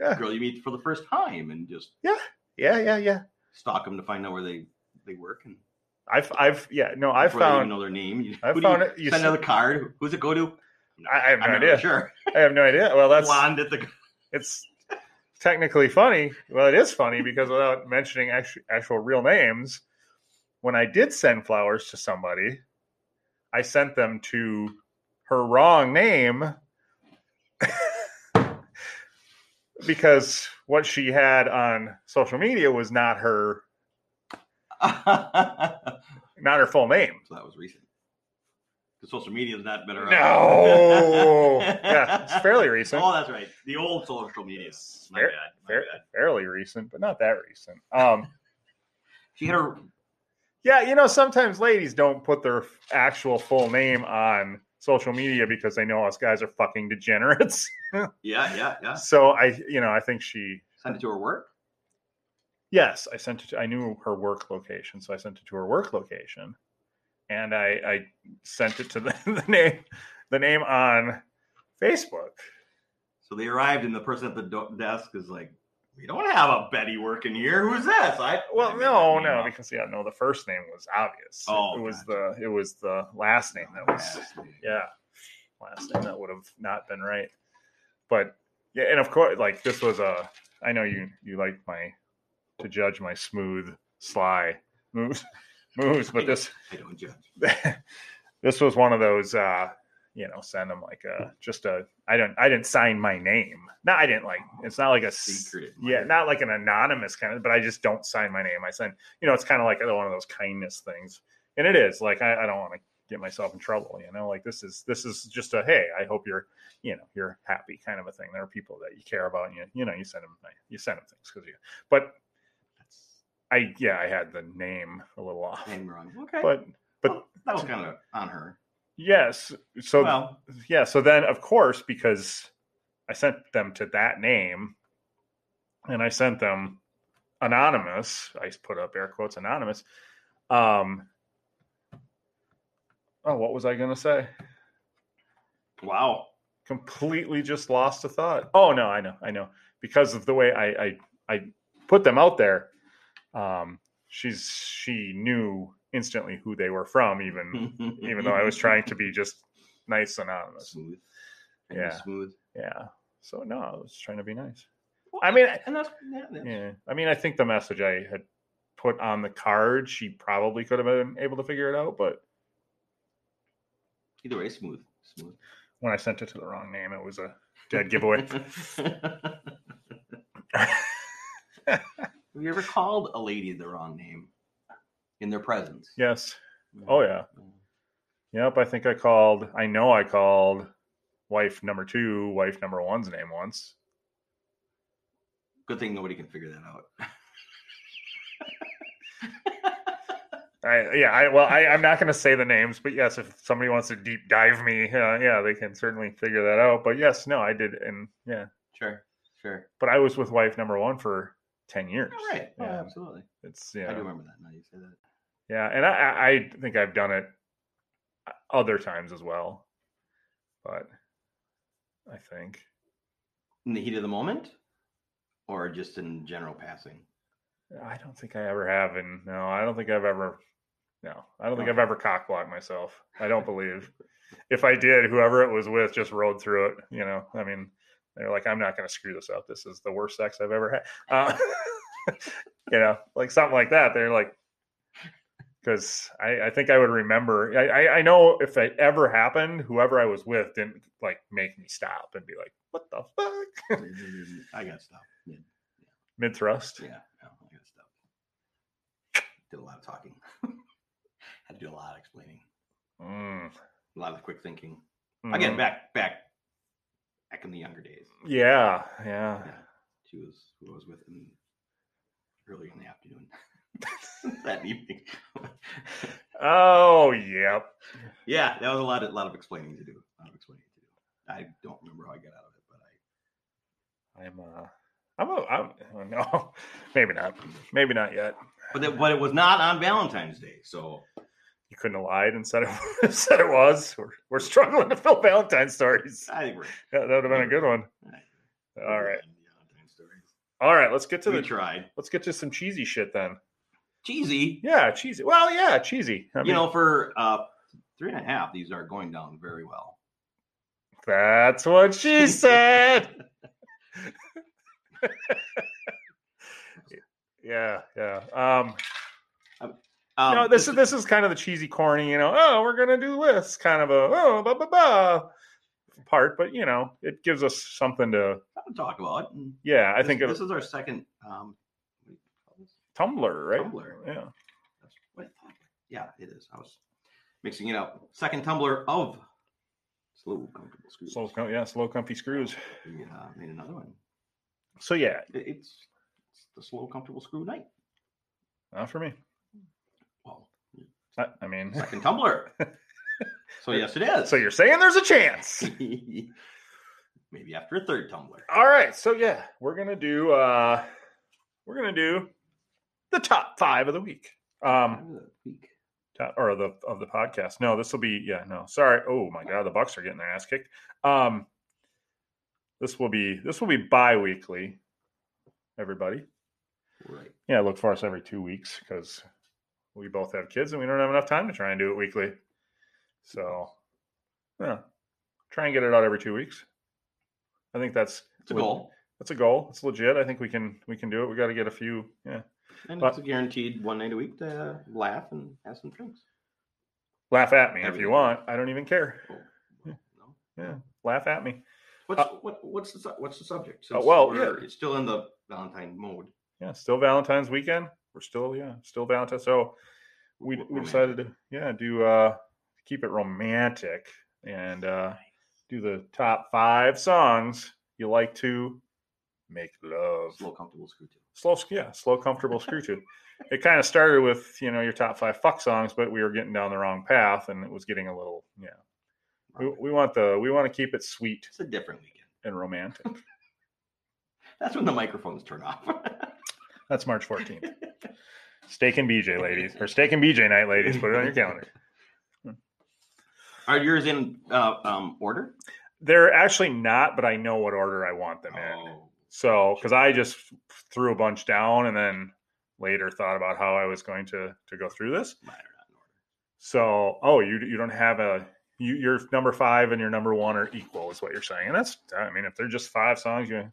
Yeah. Girl you meet for the first time and just Yeah, yeah, yeah. stalk them to find out where they they work and I've, I've, yeah, no, I've before they even found. know their name. You, I who do found you it- you send sent- out a card. Who's it go to? I, I have no I'm not really idea. Sure, I have no idea. Well, that's blonde at the it's technically funny. Well, it is funny because without mentioning actual, actual real names, when I did send flowers to somebody, I sent them to her wrong name because what she had on social media was not her not her full name. so that was recent. Because social media is not better. No. yeah, it's fairly recent. Oh, that's right. The old social media. My Fair- bad. My fair- bad. fairly recent, but not that recent. Um She had her Yeah, you know, sometimes ladies don't put their actual full name on social media because they know us guys are fucking degenerates. Yeah, yeah, yeah. so I, you know, I think she. Send it to her work. Yes, I sent it. To, I knew her work location, so I sent it to her work location, and I, I sent it to the, the name, the name on Facebook. So they arrived, and the person at the do- desk is like, "We don't have a Betty working here. Who's this?" I I Well, made no, that name no, up. because yeah, no, the first name was obvious. Oh, it was the it was the last name that was Last name. yeah last name that would have not been right but yeah and of course like this was a i know you you like my to judge my smooth sly moves moves but this I don't judge. this was one of those uh you know send them like a just a i don't i didn't sign my name no i didn't like it's not like a s- Secret. yeah not like an anonymous kind of but i just don't sign my name i send you know it's kind of like one of those kindness things and it is like i, I don't want to get myself in trouble you know like this is this is just a hey i hope you're you know you're happy kind of a thing there are people that you care about and you you know you send them you send them things because you but i yeah i had the name a little off Name wrong. Okay, but but Well, that was kind of on her. yes so well, yeah so then of course because i sent them to that name and i sent them anonymous i put up air quotes anonymous um oh what was i going to say wow. completely just lost a thought oh no i know i know because of the way i i, I put them out there um she's she knew instantly who they were from even Hmm. even though i was trying to be just nice anonymous smooth. Yeah. smooth. Yeah. So no, I was trying to be nice. I mean, and that's, yeah, that's yeah. I mean, I think the message I had put on the card, she probably could have been able to figure it out, but either way, smooth, smooth. when I sent it to the wrong name, it was a dead giveaway. Have you ever called a lady the wrong name in their presence? yes. Oh yeah. Yep. I think I called. I know I called wife number two, wife number one's name once. Good thing nobody can figure that out. I, yeah, I, well, I, I'm not going to say the names, but yes, if somebody wants to deep dive me, uh, yeah, they can certainly figure that out. But yes, no, I did, and yeah, Sure, sure. but I was with wife number one for ten years. All right. Oh, Yeah, absolutely. it's yeah, I do remember that. Now you say that. yeah, and I, I, I think I've done it other times as well, but I think In the heat of the moment, or just in general passing. I don't think I ever have, and no, I don't think I've ever. No, I don't think No. I've ever cockblocked myself. I don't believe. if I did, whoever it was with just rolled through it. You know, I mean, they're like, I'm not going to screw this up. This is the worst sex I've ever had. Uh, you know, like something like that. They're like, because I, I think I would remember. I, I, I know if it ever happened, whoever I was with didn't like make me stop and be like, what the fuck? I got stuff. Yeah, Mid thrust. yeah, no, I got stuff. Did a lot of talking. Had to do a lot of explaining, Mm. a lot of quick thinking. Again, Mhm. back, back, back in the younger days. Yeah, yeah. Yeah, she was who I was with in, early in the afternoon. that evening. Oh, yep. yeah, that was a lot of lot of explaining to do. A lot of explaining to do. I don't remember how I got out of it, but I I'm uh I'm a I'm oh, no, maybe not. Maybe not yet. but it, but it was not on Valentine's Day, so You couldn't have lied and said it said it was. We're, we're struggling to fill Valentine stories. I think we're Yeah, that would have been a good one. All right. Valentine's stories. All right, let's get to we the tried. let's get to some cheesy shit then. Cheesy. Yeah, cheesy. Well, yeah, cheesy. I mean, you know, for uh three and a half, these are going down very well. that's what she said. yeah, yeah. Um Um, no, this is this is kind of the cheesy, corny, you know. Oh, we're gonna do this kind of a oh, blah blah blah part, but you know, it gives us something to. I'll talk about. it. Yeah, I This- think it this was is our second um what do you call this? Tumblr, right? Tumblr. Yeah, That's what I thought. Yeah, it is. I was mixing it up. Second tumbler of slow, comfortable screws. slow, com- yeah, slow, comfy screws. We uh, made another one. So yeah, It- It's, it's the slow, comfortable screw night. not for me. Well, I, I mean, second tumbler. so yes, it is. so you're saying there's a chance. maybe after a third tumbler. All right, so yeah, we're gonna do uh we're gonna do the top five of the week. Um, After the week. top, or the of the podcast. No, this will be yeah, no. Sorry. Oh my god, the Bucks are getting their ass kicked. Um this will be this will be bi-weekly, everybody. Right. Yeah, look for us every two weeks because we both have kids and we don't have enough time to try and do it weekly. So yeah. Try and get it out every two weeks. I think that's It's a goal. That's a goal. It's legit. I think we can we can do it. We gotta get a few yeah. And But- it's a guaranteed one night a week to laugh and have some drinks. Laugh at me if you Everything. want. I don't even care. Oh, well, no. Laugh at me. What's Uh, what, what's the su- what's the subject? Uh, well, we're- it's still in the Valentine mode. yeah, still Valentine's weekend. We're still yeah, still Valentine. So we, W- we romantic. decided to yeah do uh keep it romantic and uh do the top five songs you like to make love. slow, comfortable screw too. Slow, sc- yeah, slow, comfortable screw to. It kind of started with you know your top five fuck songs, but we were getting down the wrong path, and it was getting a little yeah. We, we want the we want to keep it sweet It's a different weekend. and romantic. That's when the microphones turn off. That's March fourteenth. Steak and BJ, ladies, or steak and BJ night, ladies. Put it on your calendar. Are yours in uh, um, order? They're actually not, but I know what order I want them Oh. in. So, because I just threw a bunch down and then later thought about how I was going to to go through this. mine are So, oh, you you don't have a you, your number five and your number one are equal, is what you're saying, and that's I mean, if they're just five songs, you.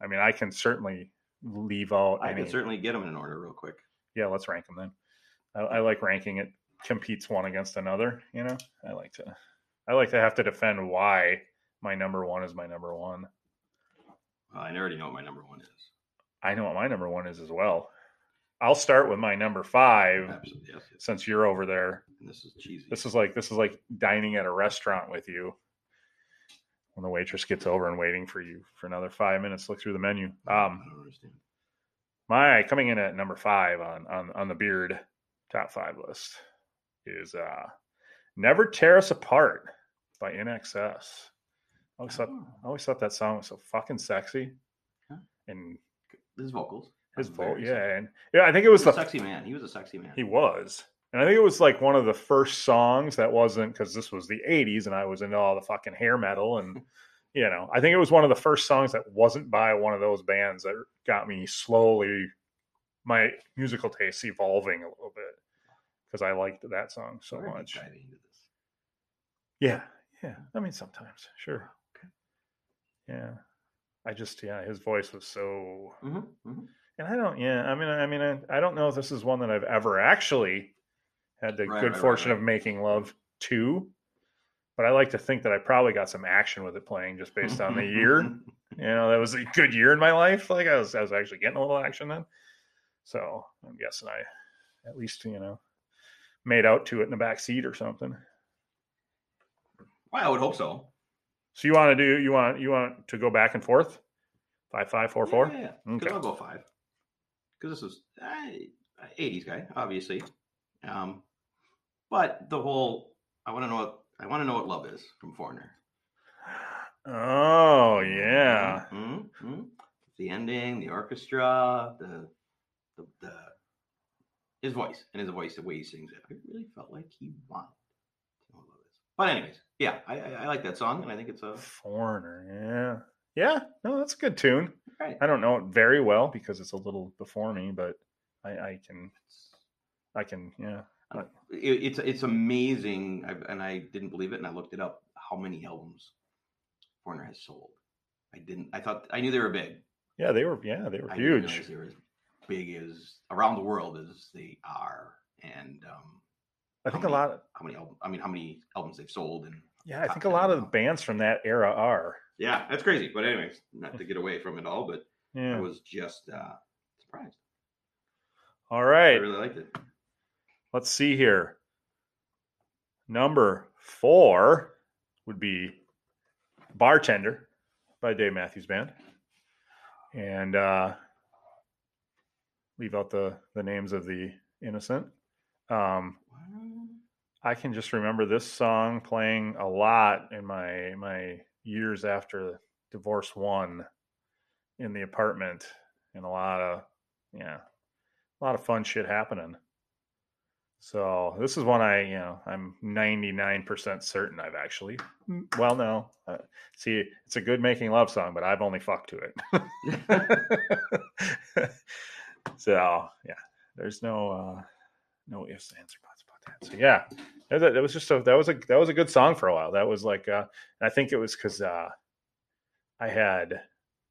I mean, I can certainly leave out. I any- can certainly get them in order real quick. yeah, let's rank them then. I, I like ranking it competes one against another. You know, I like to, I like to have to defend why my number one is my number one. Well, I already know what my number one is. I know what my number one is as well. I'll start with my number five Absolutely. Yes, yes. since you're over there. And this is cheesy. This is like this is like dining at a restaurant with you. When the waitress gets over and waiting for you for another five minutes, look through the menu. Um, I don't understand. my coming in at number five on on on the beard top five list is uh never tear us apart by nxs I always thought, Oh. I always thought that song was so fucking sexy Huh. and His vocals. his That's vote very sexy. yeah and yeah i think it was He the was a sexy man. He was a sexy man. he was and i think it was like one of the first songs that wasn't because this was the 80s and i was into all the fucking hair metal and you know i think it was one of the first songs that wasn't by one of those bands that got me slowly my musical tastes evolving a little bit because i liked that song so We're much diving into this. yeah yeah i mean sometimes sure yeah i just yeah his voice was so Mhm, mhm. and I don't, yeah. I mean, I mean, I, I don't know if this is one that I've ever actually had the Right, good right, right, fortune right. of making love to, but I like to think that I probably got some action with it playing just based on the year. you know, that was a good year in my life. Like I was, I was actually getting a little action then. So I'm guessing I, at least you know, made out to it in the back seat or something. Well, I would hope so. So you want to do? You want you want to go back and forth? Five five four four. Yeah, yeah, Okay. I'll go five. Because this is I, I- 80s guy, obviously. Um, but the whole I want to know what I want to know what love is from Foreigner. Oh yeah. Mhm, mhm. The ending, the orchestra, the, the the his voice and his voice, the way he sings it. I really felt like he wanted to know what love is. But anyways, yeah, I, I, I like that song, and I think it's a Foreigner, yeah. Yeah, no, that's a good tune. right. I don't know it very well because it's a little before me, but I, I can I can yeah. Uh, it, it's it's amazing, I've, and I didn't believe it, and I looked it up. How many albums Foreigner has sold? I didn't. I thought I knew they were big. Yeah, they were yeah, they were I didn't huge. realize they were as big as around the world as they are, and um, I think how a many- lot How many? Album, I mean, how many albums they've sold? And yeah, I top think a 10 lot of now. the bands from that era are. yeah, that's crazy. But anyways, not to get away from it all, but I Yeah. was just uh, surprised. All I right. really liked it. Let's see here. Number four would be Bartender by Dave Matthews Band. And uh, leave out the, the names of the innocent. Um, I can just remember this song playing a lot in my my years after divorce one in the apartment and a lot of yeah a lot of fun shit happening. So this is one I you know I'm 99% certain I've actually well no uh, see it's a good making love song but I've only fucked to it. so yeah there's no uh no ifs ands or buts about that. So yeah that, that- that was just a that was a that was a good song for a while. That was like uh I think it was because uh I had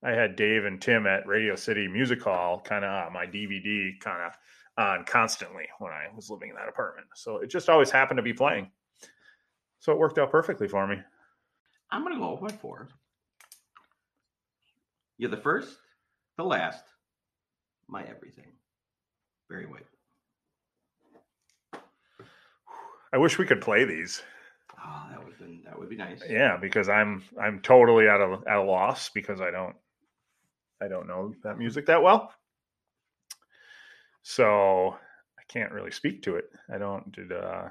I had Dave and Tim at Radio City Music Hall kind of on my DVD kind of on constantly when I was living in that apartment. So it just always happened to be playing. So it worked out perfectly for me. I'm gonna go with four. You're the first, the last, my everything. Barry White. I wish we could play these. Ah, that would have been that would be nice. Yeah, because I'm I'm totally at a at a loss because I don't I don't know that music that well. So I can't really speak to it. I don't did uh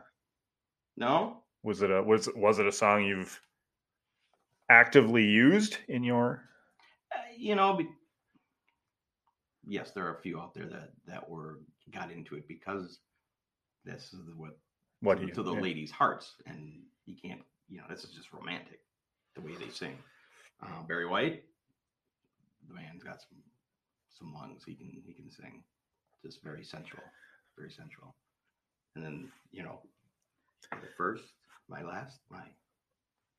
No, was it a was was it a song you've actively used in your Uh, you know. Be- yes, there are a few out there that that were got into it because this is what what to, do you to the yeah. ladies' hearts, and you can't. You know, this is just romantic, the way they sing. Uh, Barry White, the man's got some some lungs. He can he can sing, just very sensual, very sensual. And then you know, the first, my last, my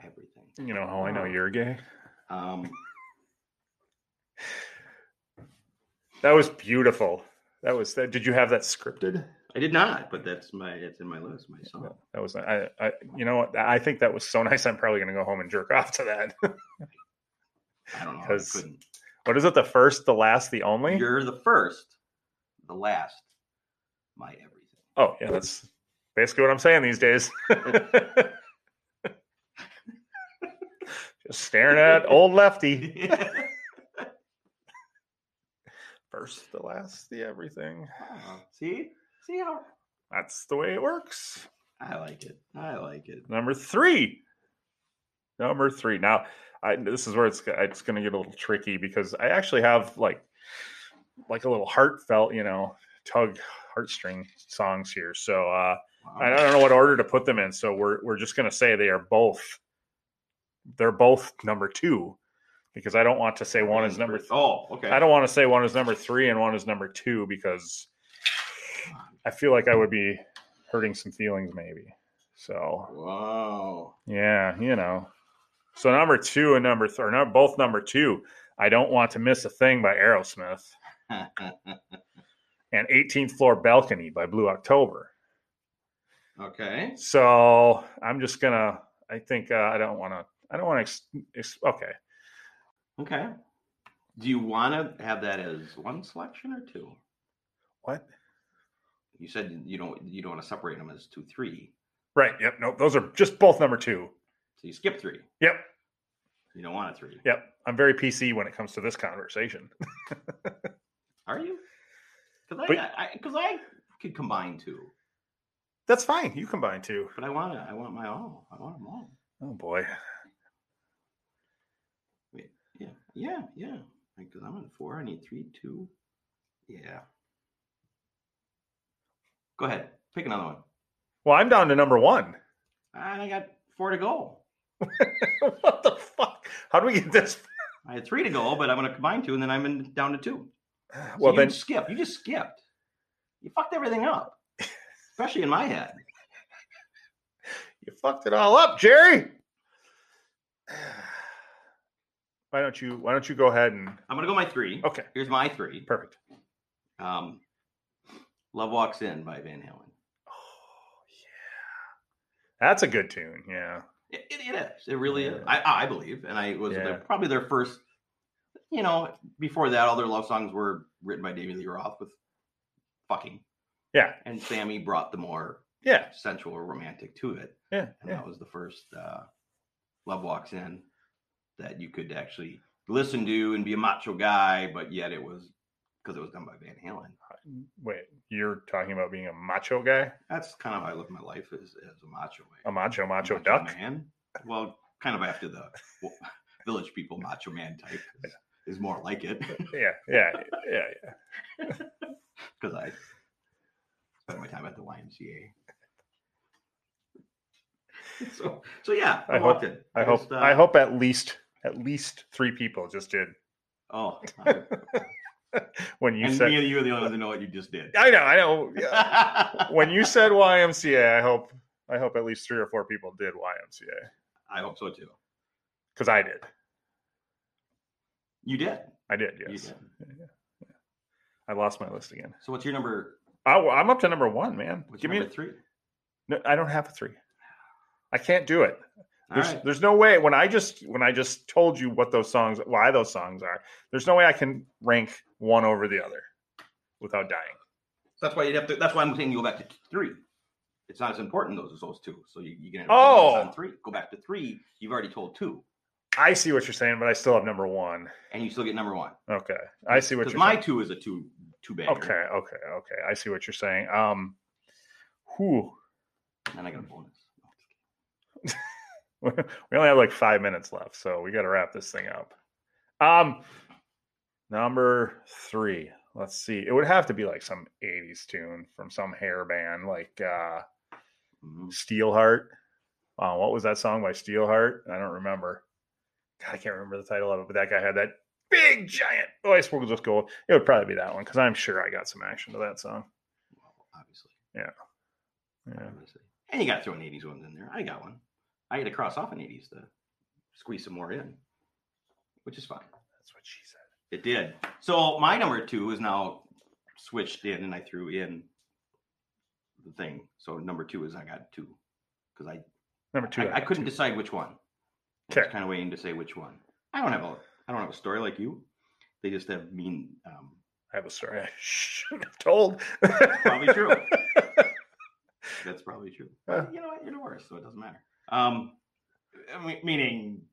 everything. you know how I know you're gay? Um, That was beautiful. That was that. Did you have that scripted? I did not, but that's my it's in my list. My song. That was I. I you know what? I think that was so nice. I'm probably gonna go home and jerk off to that. I don't know. I 'Cause- couldn't. what is it? The first, the last, the only? You're the first, the last, my everything. oh yeah, that's basically what I'm saying these days. Just staring at old lefty. First, the last, the everything. Wow. See, see how That's the way it works. I like it. I like it. Number three. Number three. Now, I, this is where it's it's going to get a little tricky because I actually have like like a little heartfelt, you know, tug heartstring songs here. So uh, Wow. I don't know what order to put them in. So we're we're just going to say they are both. They're both number two because I don't want to say one is number. Th- Oh, okay. I don't want to say one is number three and one is number two because I feel like I would be hurting some feelings maybe. So Wow. yeah, you know. So number two and number three, not both number two. I don't want to miss a thing by Aerosmith and 18th floor balcony by Blue October. okay. So I'm just gonna. I think uh, I don't want to. I don't want to. Ex- ex- okay, Okay. Do you want to have that as one selection or two? what? You said you don't you don't want to separate them as two three, Right. Yep. Nope. Those are just both number two. so you skip three. Yep. You don't want a three. Yep. I'm very PC when it comes to this conversation. Are you? Because But- I because I, could combine two, That's fine. You combine two. but I want to I want my all. I want them all. Oh boy. Wait, yeah, yeah, yeah. Because I'm on four. I need three, two. Yeah. Go ahead. Pick another one. Well, I'm down to number one. And I got four to go. what the fuck? How do we get this? I had three to go, but I'm going to combine two, and then I'm in, down to two. So Well, you then skip. You just skipped. You fucked everything up, especially in my head. You fucked it all up, Jerry. Why don't you why don't you go ahead and I'm going to go my three. Okay, Here's my three. perfect. Um, Love Walks In by Van Halen. Oh, That's a good tune. Yeah. It, it, it is. It really is. Yeah. I, I believe, and I it was Yeah. their, probably their first. You know, before that, all their love songs were written by David Lee Roth with fucking, Yeah. and Sammy brought the more Yeah. sensual, romantic to it, Yeah. and Yeah. that was the first uh, "Love Walks In" that you could actually listen to and be a macho guy, but yet it was because it was done by Van Halen. Wait, you're talking about being a macho guy? That's kind of how I live my life as, as a macho. man. A macho macho duck? man. Well, kind of after the w- village people macho man type is, is more like it Yeah. Yeah. Yeah. yeah. because I spent my time at the YMCA. So, so yeah, I walked in. I Just, hope uh, I hope at least at least three people just did Oh, I- when you and said me and you are the only ones that know what you just did. I know, I know. Yeah. when you said YMCA, I hope I hope at least three or four people did YMCA. I hope so too. Because I did. You did. I did, You yes. did. I lost my list again. So what's your number? I, am up to number one, man. What's Give your me. number three? No, I don't have a three. I can't do it. All There's right. there's no way. When I just when I just told you what those songs, why those songs are, there's no way I can rank one over the other without dying. That's why you have to. That's why I'm saying you go back to three. It's not as important those as those two. So you, you can. have a Oh. bonus on three. Go back to three. You've already told two, I see what you're saying, but I still have number one. and you still get number one. Okay, I see what Because you're my saying. two is a two two banger. Okay, okay, okay. I see what you're saying. Um, who? And I got a bonus. we only have like five minutes left, so we got to wrap this thing up. Um, number three. Let's see. It would have to be like some '80s tune from some hair band, like uh, Mhm. Steelheart. Uh, what was that song by Steelheart? I don't remember. God, I can't remember the title of it, but that guy had that big giant voice. We'll just go. It would probably be that one because I'm sure I got some action to that song. Well, obviously, Yeah. obviously. And you got to throw an '80s one in there. I got one. I had to cross off an '80s to squeeze some more in, which is fine. That's what she said. It did. So my number two is now switched in, and I threw in the thing. So number two is I got two because I Number two. I, I couldn't decide which one. I Okay. was kind of waiting to say which one. I don't have a I don't have a story like you. They just have mean. Um, I have a story I shouldn't have told. probably true. That's probably true. Huh. But you know what? You're the worst, so it doesn't matter. Um, I mean- meaning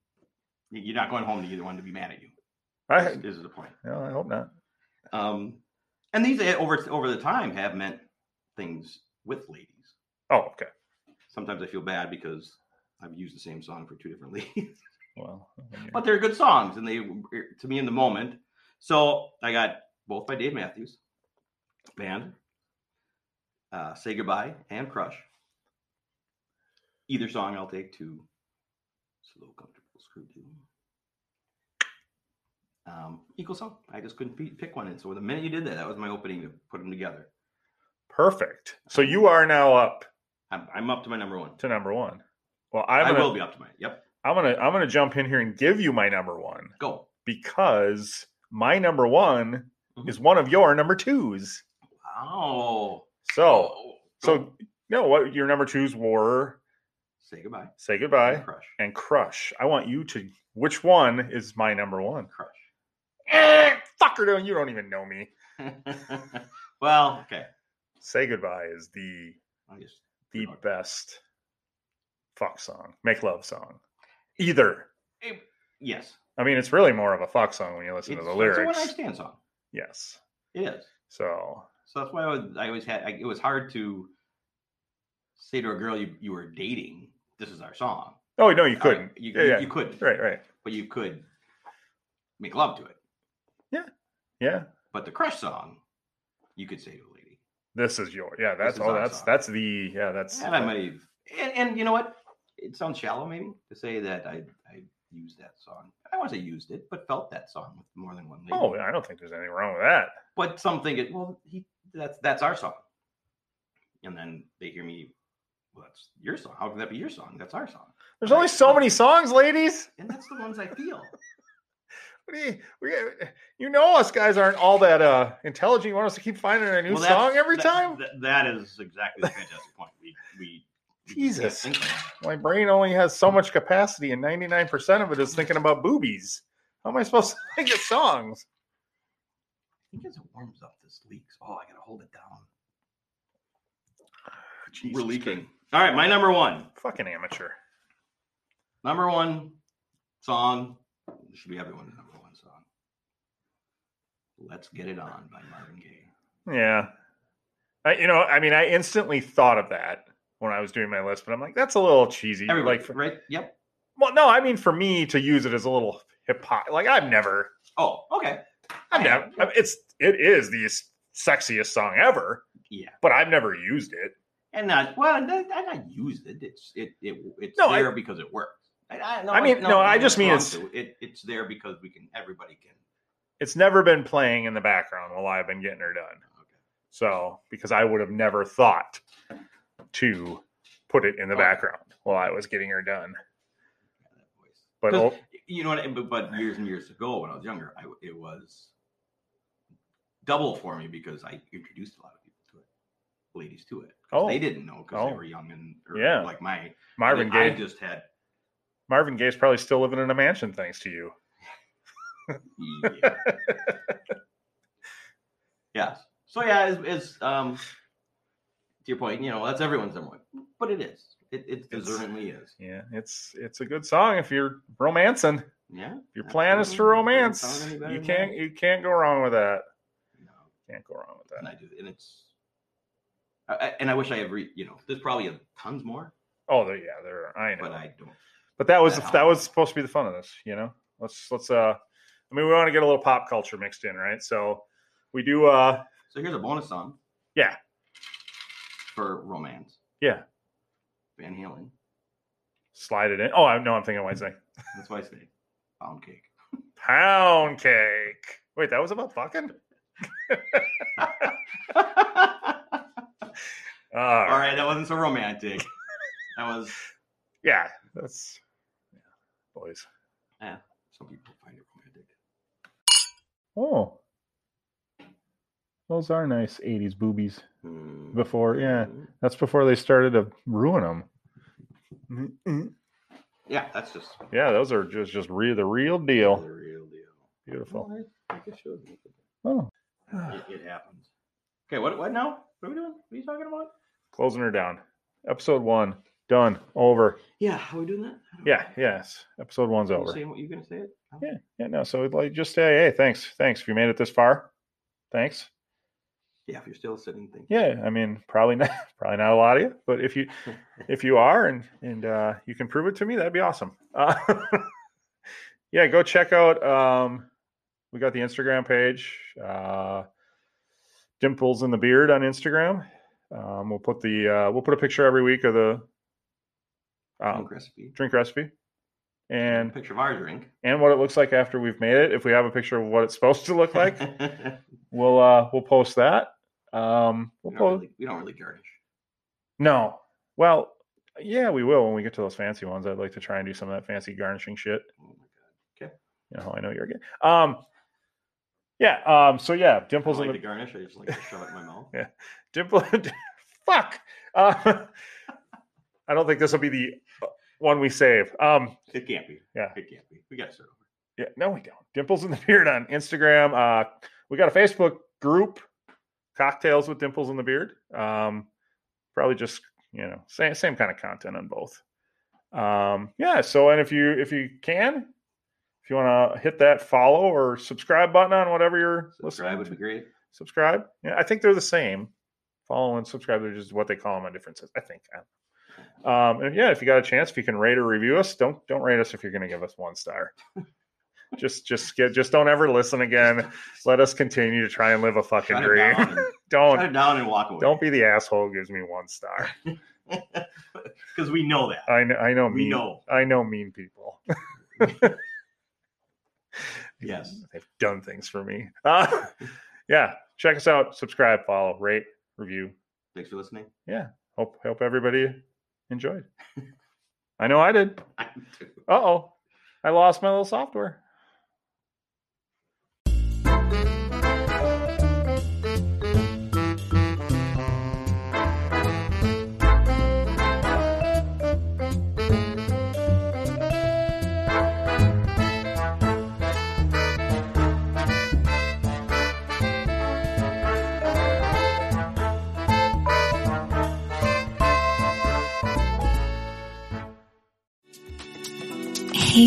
y- you're not going home to either one to be mad at you. I, This is the point. no, I hope not. Um, and these eh, over over the time have meant things with ladies. Oh, okay. Sometimes I feel bad because I've used the same song for two different ladies. Well, okay. but they're good songs and they were- to me in the moment so i got both by dave matthews band uh, say goodbye and crush either song i'll take to slow comfortable screw to um, equal song i just couldn't pe- pick one and so the minute you did that that was my opening to put them together perfect. So you are now up i'm, I'm up to my number one to number one. Well, i I'm gonna, will be up to mine yep I'm gonna I'm gonna jump in here and give you my number one go because my number one Mhm. is one of your number twos. oh So go. so no, what your number twos were? say goodbye Say goodbye and crush and crush. I want you to. Which one is my number one? crush Eh, fucker, don't you don't even know me. well, okay. Say goodbye is the I just the Good luck. best fuck song, make love song. Either. yes. I mean, it's really more of a fuck song when you listen to the It's a one lyrics. night stand song. Yes. It is. So So that's why I, was, I always had. I, it was hard to say to a girl you, you were dating, "This is our song." Oh no, you Uh, couldn't. you, yeah, you, yeah. you couldn't. Right, right. But you could make love to it. Yeah. But the crush song, you could say to a lady, This is your yeah, that's is oh our that's song. that's the yeah, that's and I might have. And, and you know what? It sounds shallow, maybe, to say that I I used that song. I want to say used it, but felt that song with more than one lady. Oh, I don't think there's anything wrong with that. but some think it well he that's that's our song and then they hear me well that's your song how can that be your song that's our song There's only so many songs, ladies. and that's the ones i feel What do you, we, you know us guys aren't all that uh intelligent. You want us to keep finding a new Well, that's- song every that- time? that- that is exactly the fantastic point we we we just can't Jesus. think like that. My brain only has so much capacity and 99% of it is thinking about boobies. How am I supposed to think of songs? i think as it warms up this leaks oh i gotta hold it down Jesus we're leaking all right my number one Fucking amateur. number one song this should be everyone's number one song let's get it on by marvin gaye Yeah. I, you know, I mean, I instantly thought of that when I was doing my list, but I'm like, that's a little cheesy. everybody like, for, right yep well, no, I mean, for me to use it as a little hip hop, like I've never, oh okay I've never, I mean, it's, it is the s- sexiest song ever, yeah but I've never used it. and not well, and I, I not used it. It's it it it's No, I- there because it works. I, I, no, I mean, no, I just mean wrong it's- to. it, it's there because we can everybody can. It's never been playing in the background while I've been getting her done. Okay. So, because I would have never thought to put it in the Oh. background while I was getting her done. Yeah, that voice. But 'Cause oh, You know what? I- But, but years and years ago, when I was younger, I, it was double for me because I introduced a lot of people to it, ladies to it. 'Cause Oh. they didn't know because they Oh. were young and or Yeah. like my Marvin I Gaye, just had Marvin Gaye's probably still living in a mansion thanks to you. yeah. yes. So yeah, it's, it's um to your point, you know, that's everyone's number one. But it is. It it It's- deservingly is. Yeah, it's it's a good song if you're romancing. Yeah. If your plan is to Absolutely. Doesn't romance, sound any better you than can't you can't go wrong with that. No, Can't go wrong with and I that. do and it's I, I- and I wish I had re you know, there's probably a, tons more, Oh, there, yeah, there. Are, I know, but but, I don't that was that that was supposed to be the fun of this. You know, let's let's. uh I mean, we want to get a little pop culture mixed in, right? So we do. uh so here's a bonus song. Yeah. For romance. Yeah, Van Halen. slide it in. Oh, I no, I'm thinking Wednesday. That's why I say pound cake. Pound cake. Wait, that was about fucking. Uh, All right, that wasn't so romantic. that was Yeah, that's yeah, boys. some people find it romantic. Oh. Those are nice 80s boobies. Hmm. Before, yeah, that's before they started to ruin them. Yeah, that's just Yeah, those are just just re- the real deal. the real deal. Beautiful. Well, I, I guess you'll- Oh, it, it happens. Okay, what what now? What are we doing? What are you talking about? closing her down. Episode one done. Over. Yeah, how are we doing that? I don't Yeah. know. Yes. Episode one's You over. saying what you're gonna say it? Oh. Yeah, yeah, no. So we'd like just say, hey, thanks, thanks. If you made it this far, thanks. Yeah, if you're still sitting thinking. Yeah, I mean, probably not, probably not a lot of you, but if you, if you are, and and uh, you can prove it to me, that'd be awesome. Uh, yeah, go check out. Um, we got the Instagram page, uh, Dimples in the Beard on Instagram. Um, we'll put the uh, we'll put a picture every week of the Um, um, recipe. drink recipe, and picture of our drink. and what it looks like after we've made it. If we have a picture of what it's supposed to look like, we'll uh we'll post that. Um we, we'll don't post really, we don't really garnish. No. Well, yeah, we will when we get to those fancy ones. I'd like to try and do some of that fancy garnishing shit. Oh my god. You know, I know you're good. Um yeah, um so yeah, I dimples don't in like the to garnish. I just like to shove it in my mouth. dimple fuck. Uh, I don't think this will be the uh, one we save. Um It can't be. Yeah. It can't be. We got to start over. Yeah, no, we don't. Dimples in the Beard on Instagram. Uh, we got a Facebook group, Cocktails with Dimples in the Beard. Um, probably just you know same same kind of content on both. Um, yeah. So, and if you if you can, if you want to hit that follow or subscribe button on whatever you're Subscribe would be listening to, great. subscribe. Yeah, I think they're the same. Follow and subscribe. They're just what they call them on differences. I think. Um, and yeah, if you got a chance, if you can rate or review us, don't don't rate us if you're going to give us one star. just just get just don't ever listen again. Let us continue to try and live a fucking Shut it dream. down. and- Shut don't it down and walk away. don't be the asshole who gives me one star. because we know that. I know I know we mean know. I know mean people. Yes. they've done things for me. Uh, yeah, check us out. Subscribe, follow, rate, review, Thanks for listening. hope hope everybody enjoyed. I know I did. I do. Uh oh, I lost my little software. Hey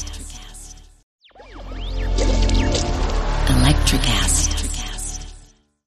Electric acid.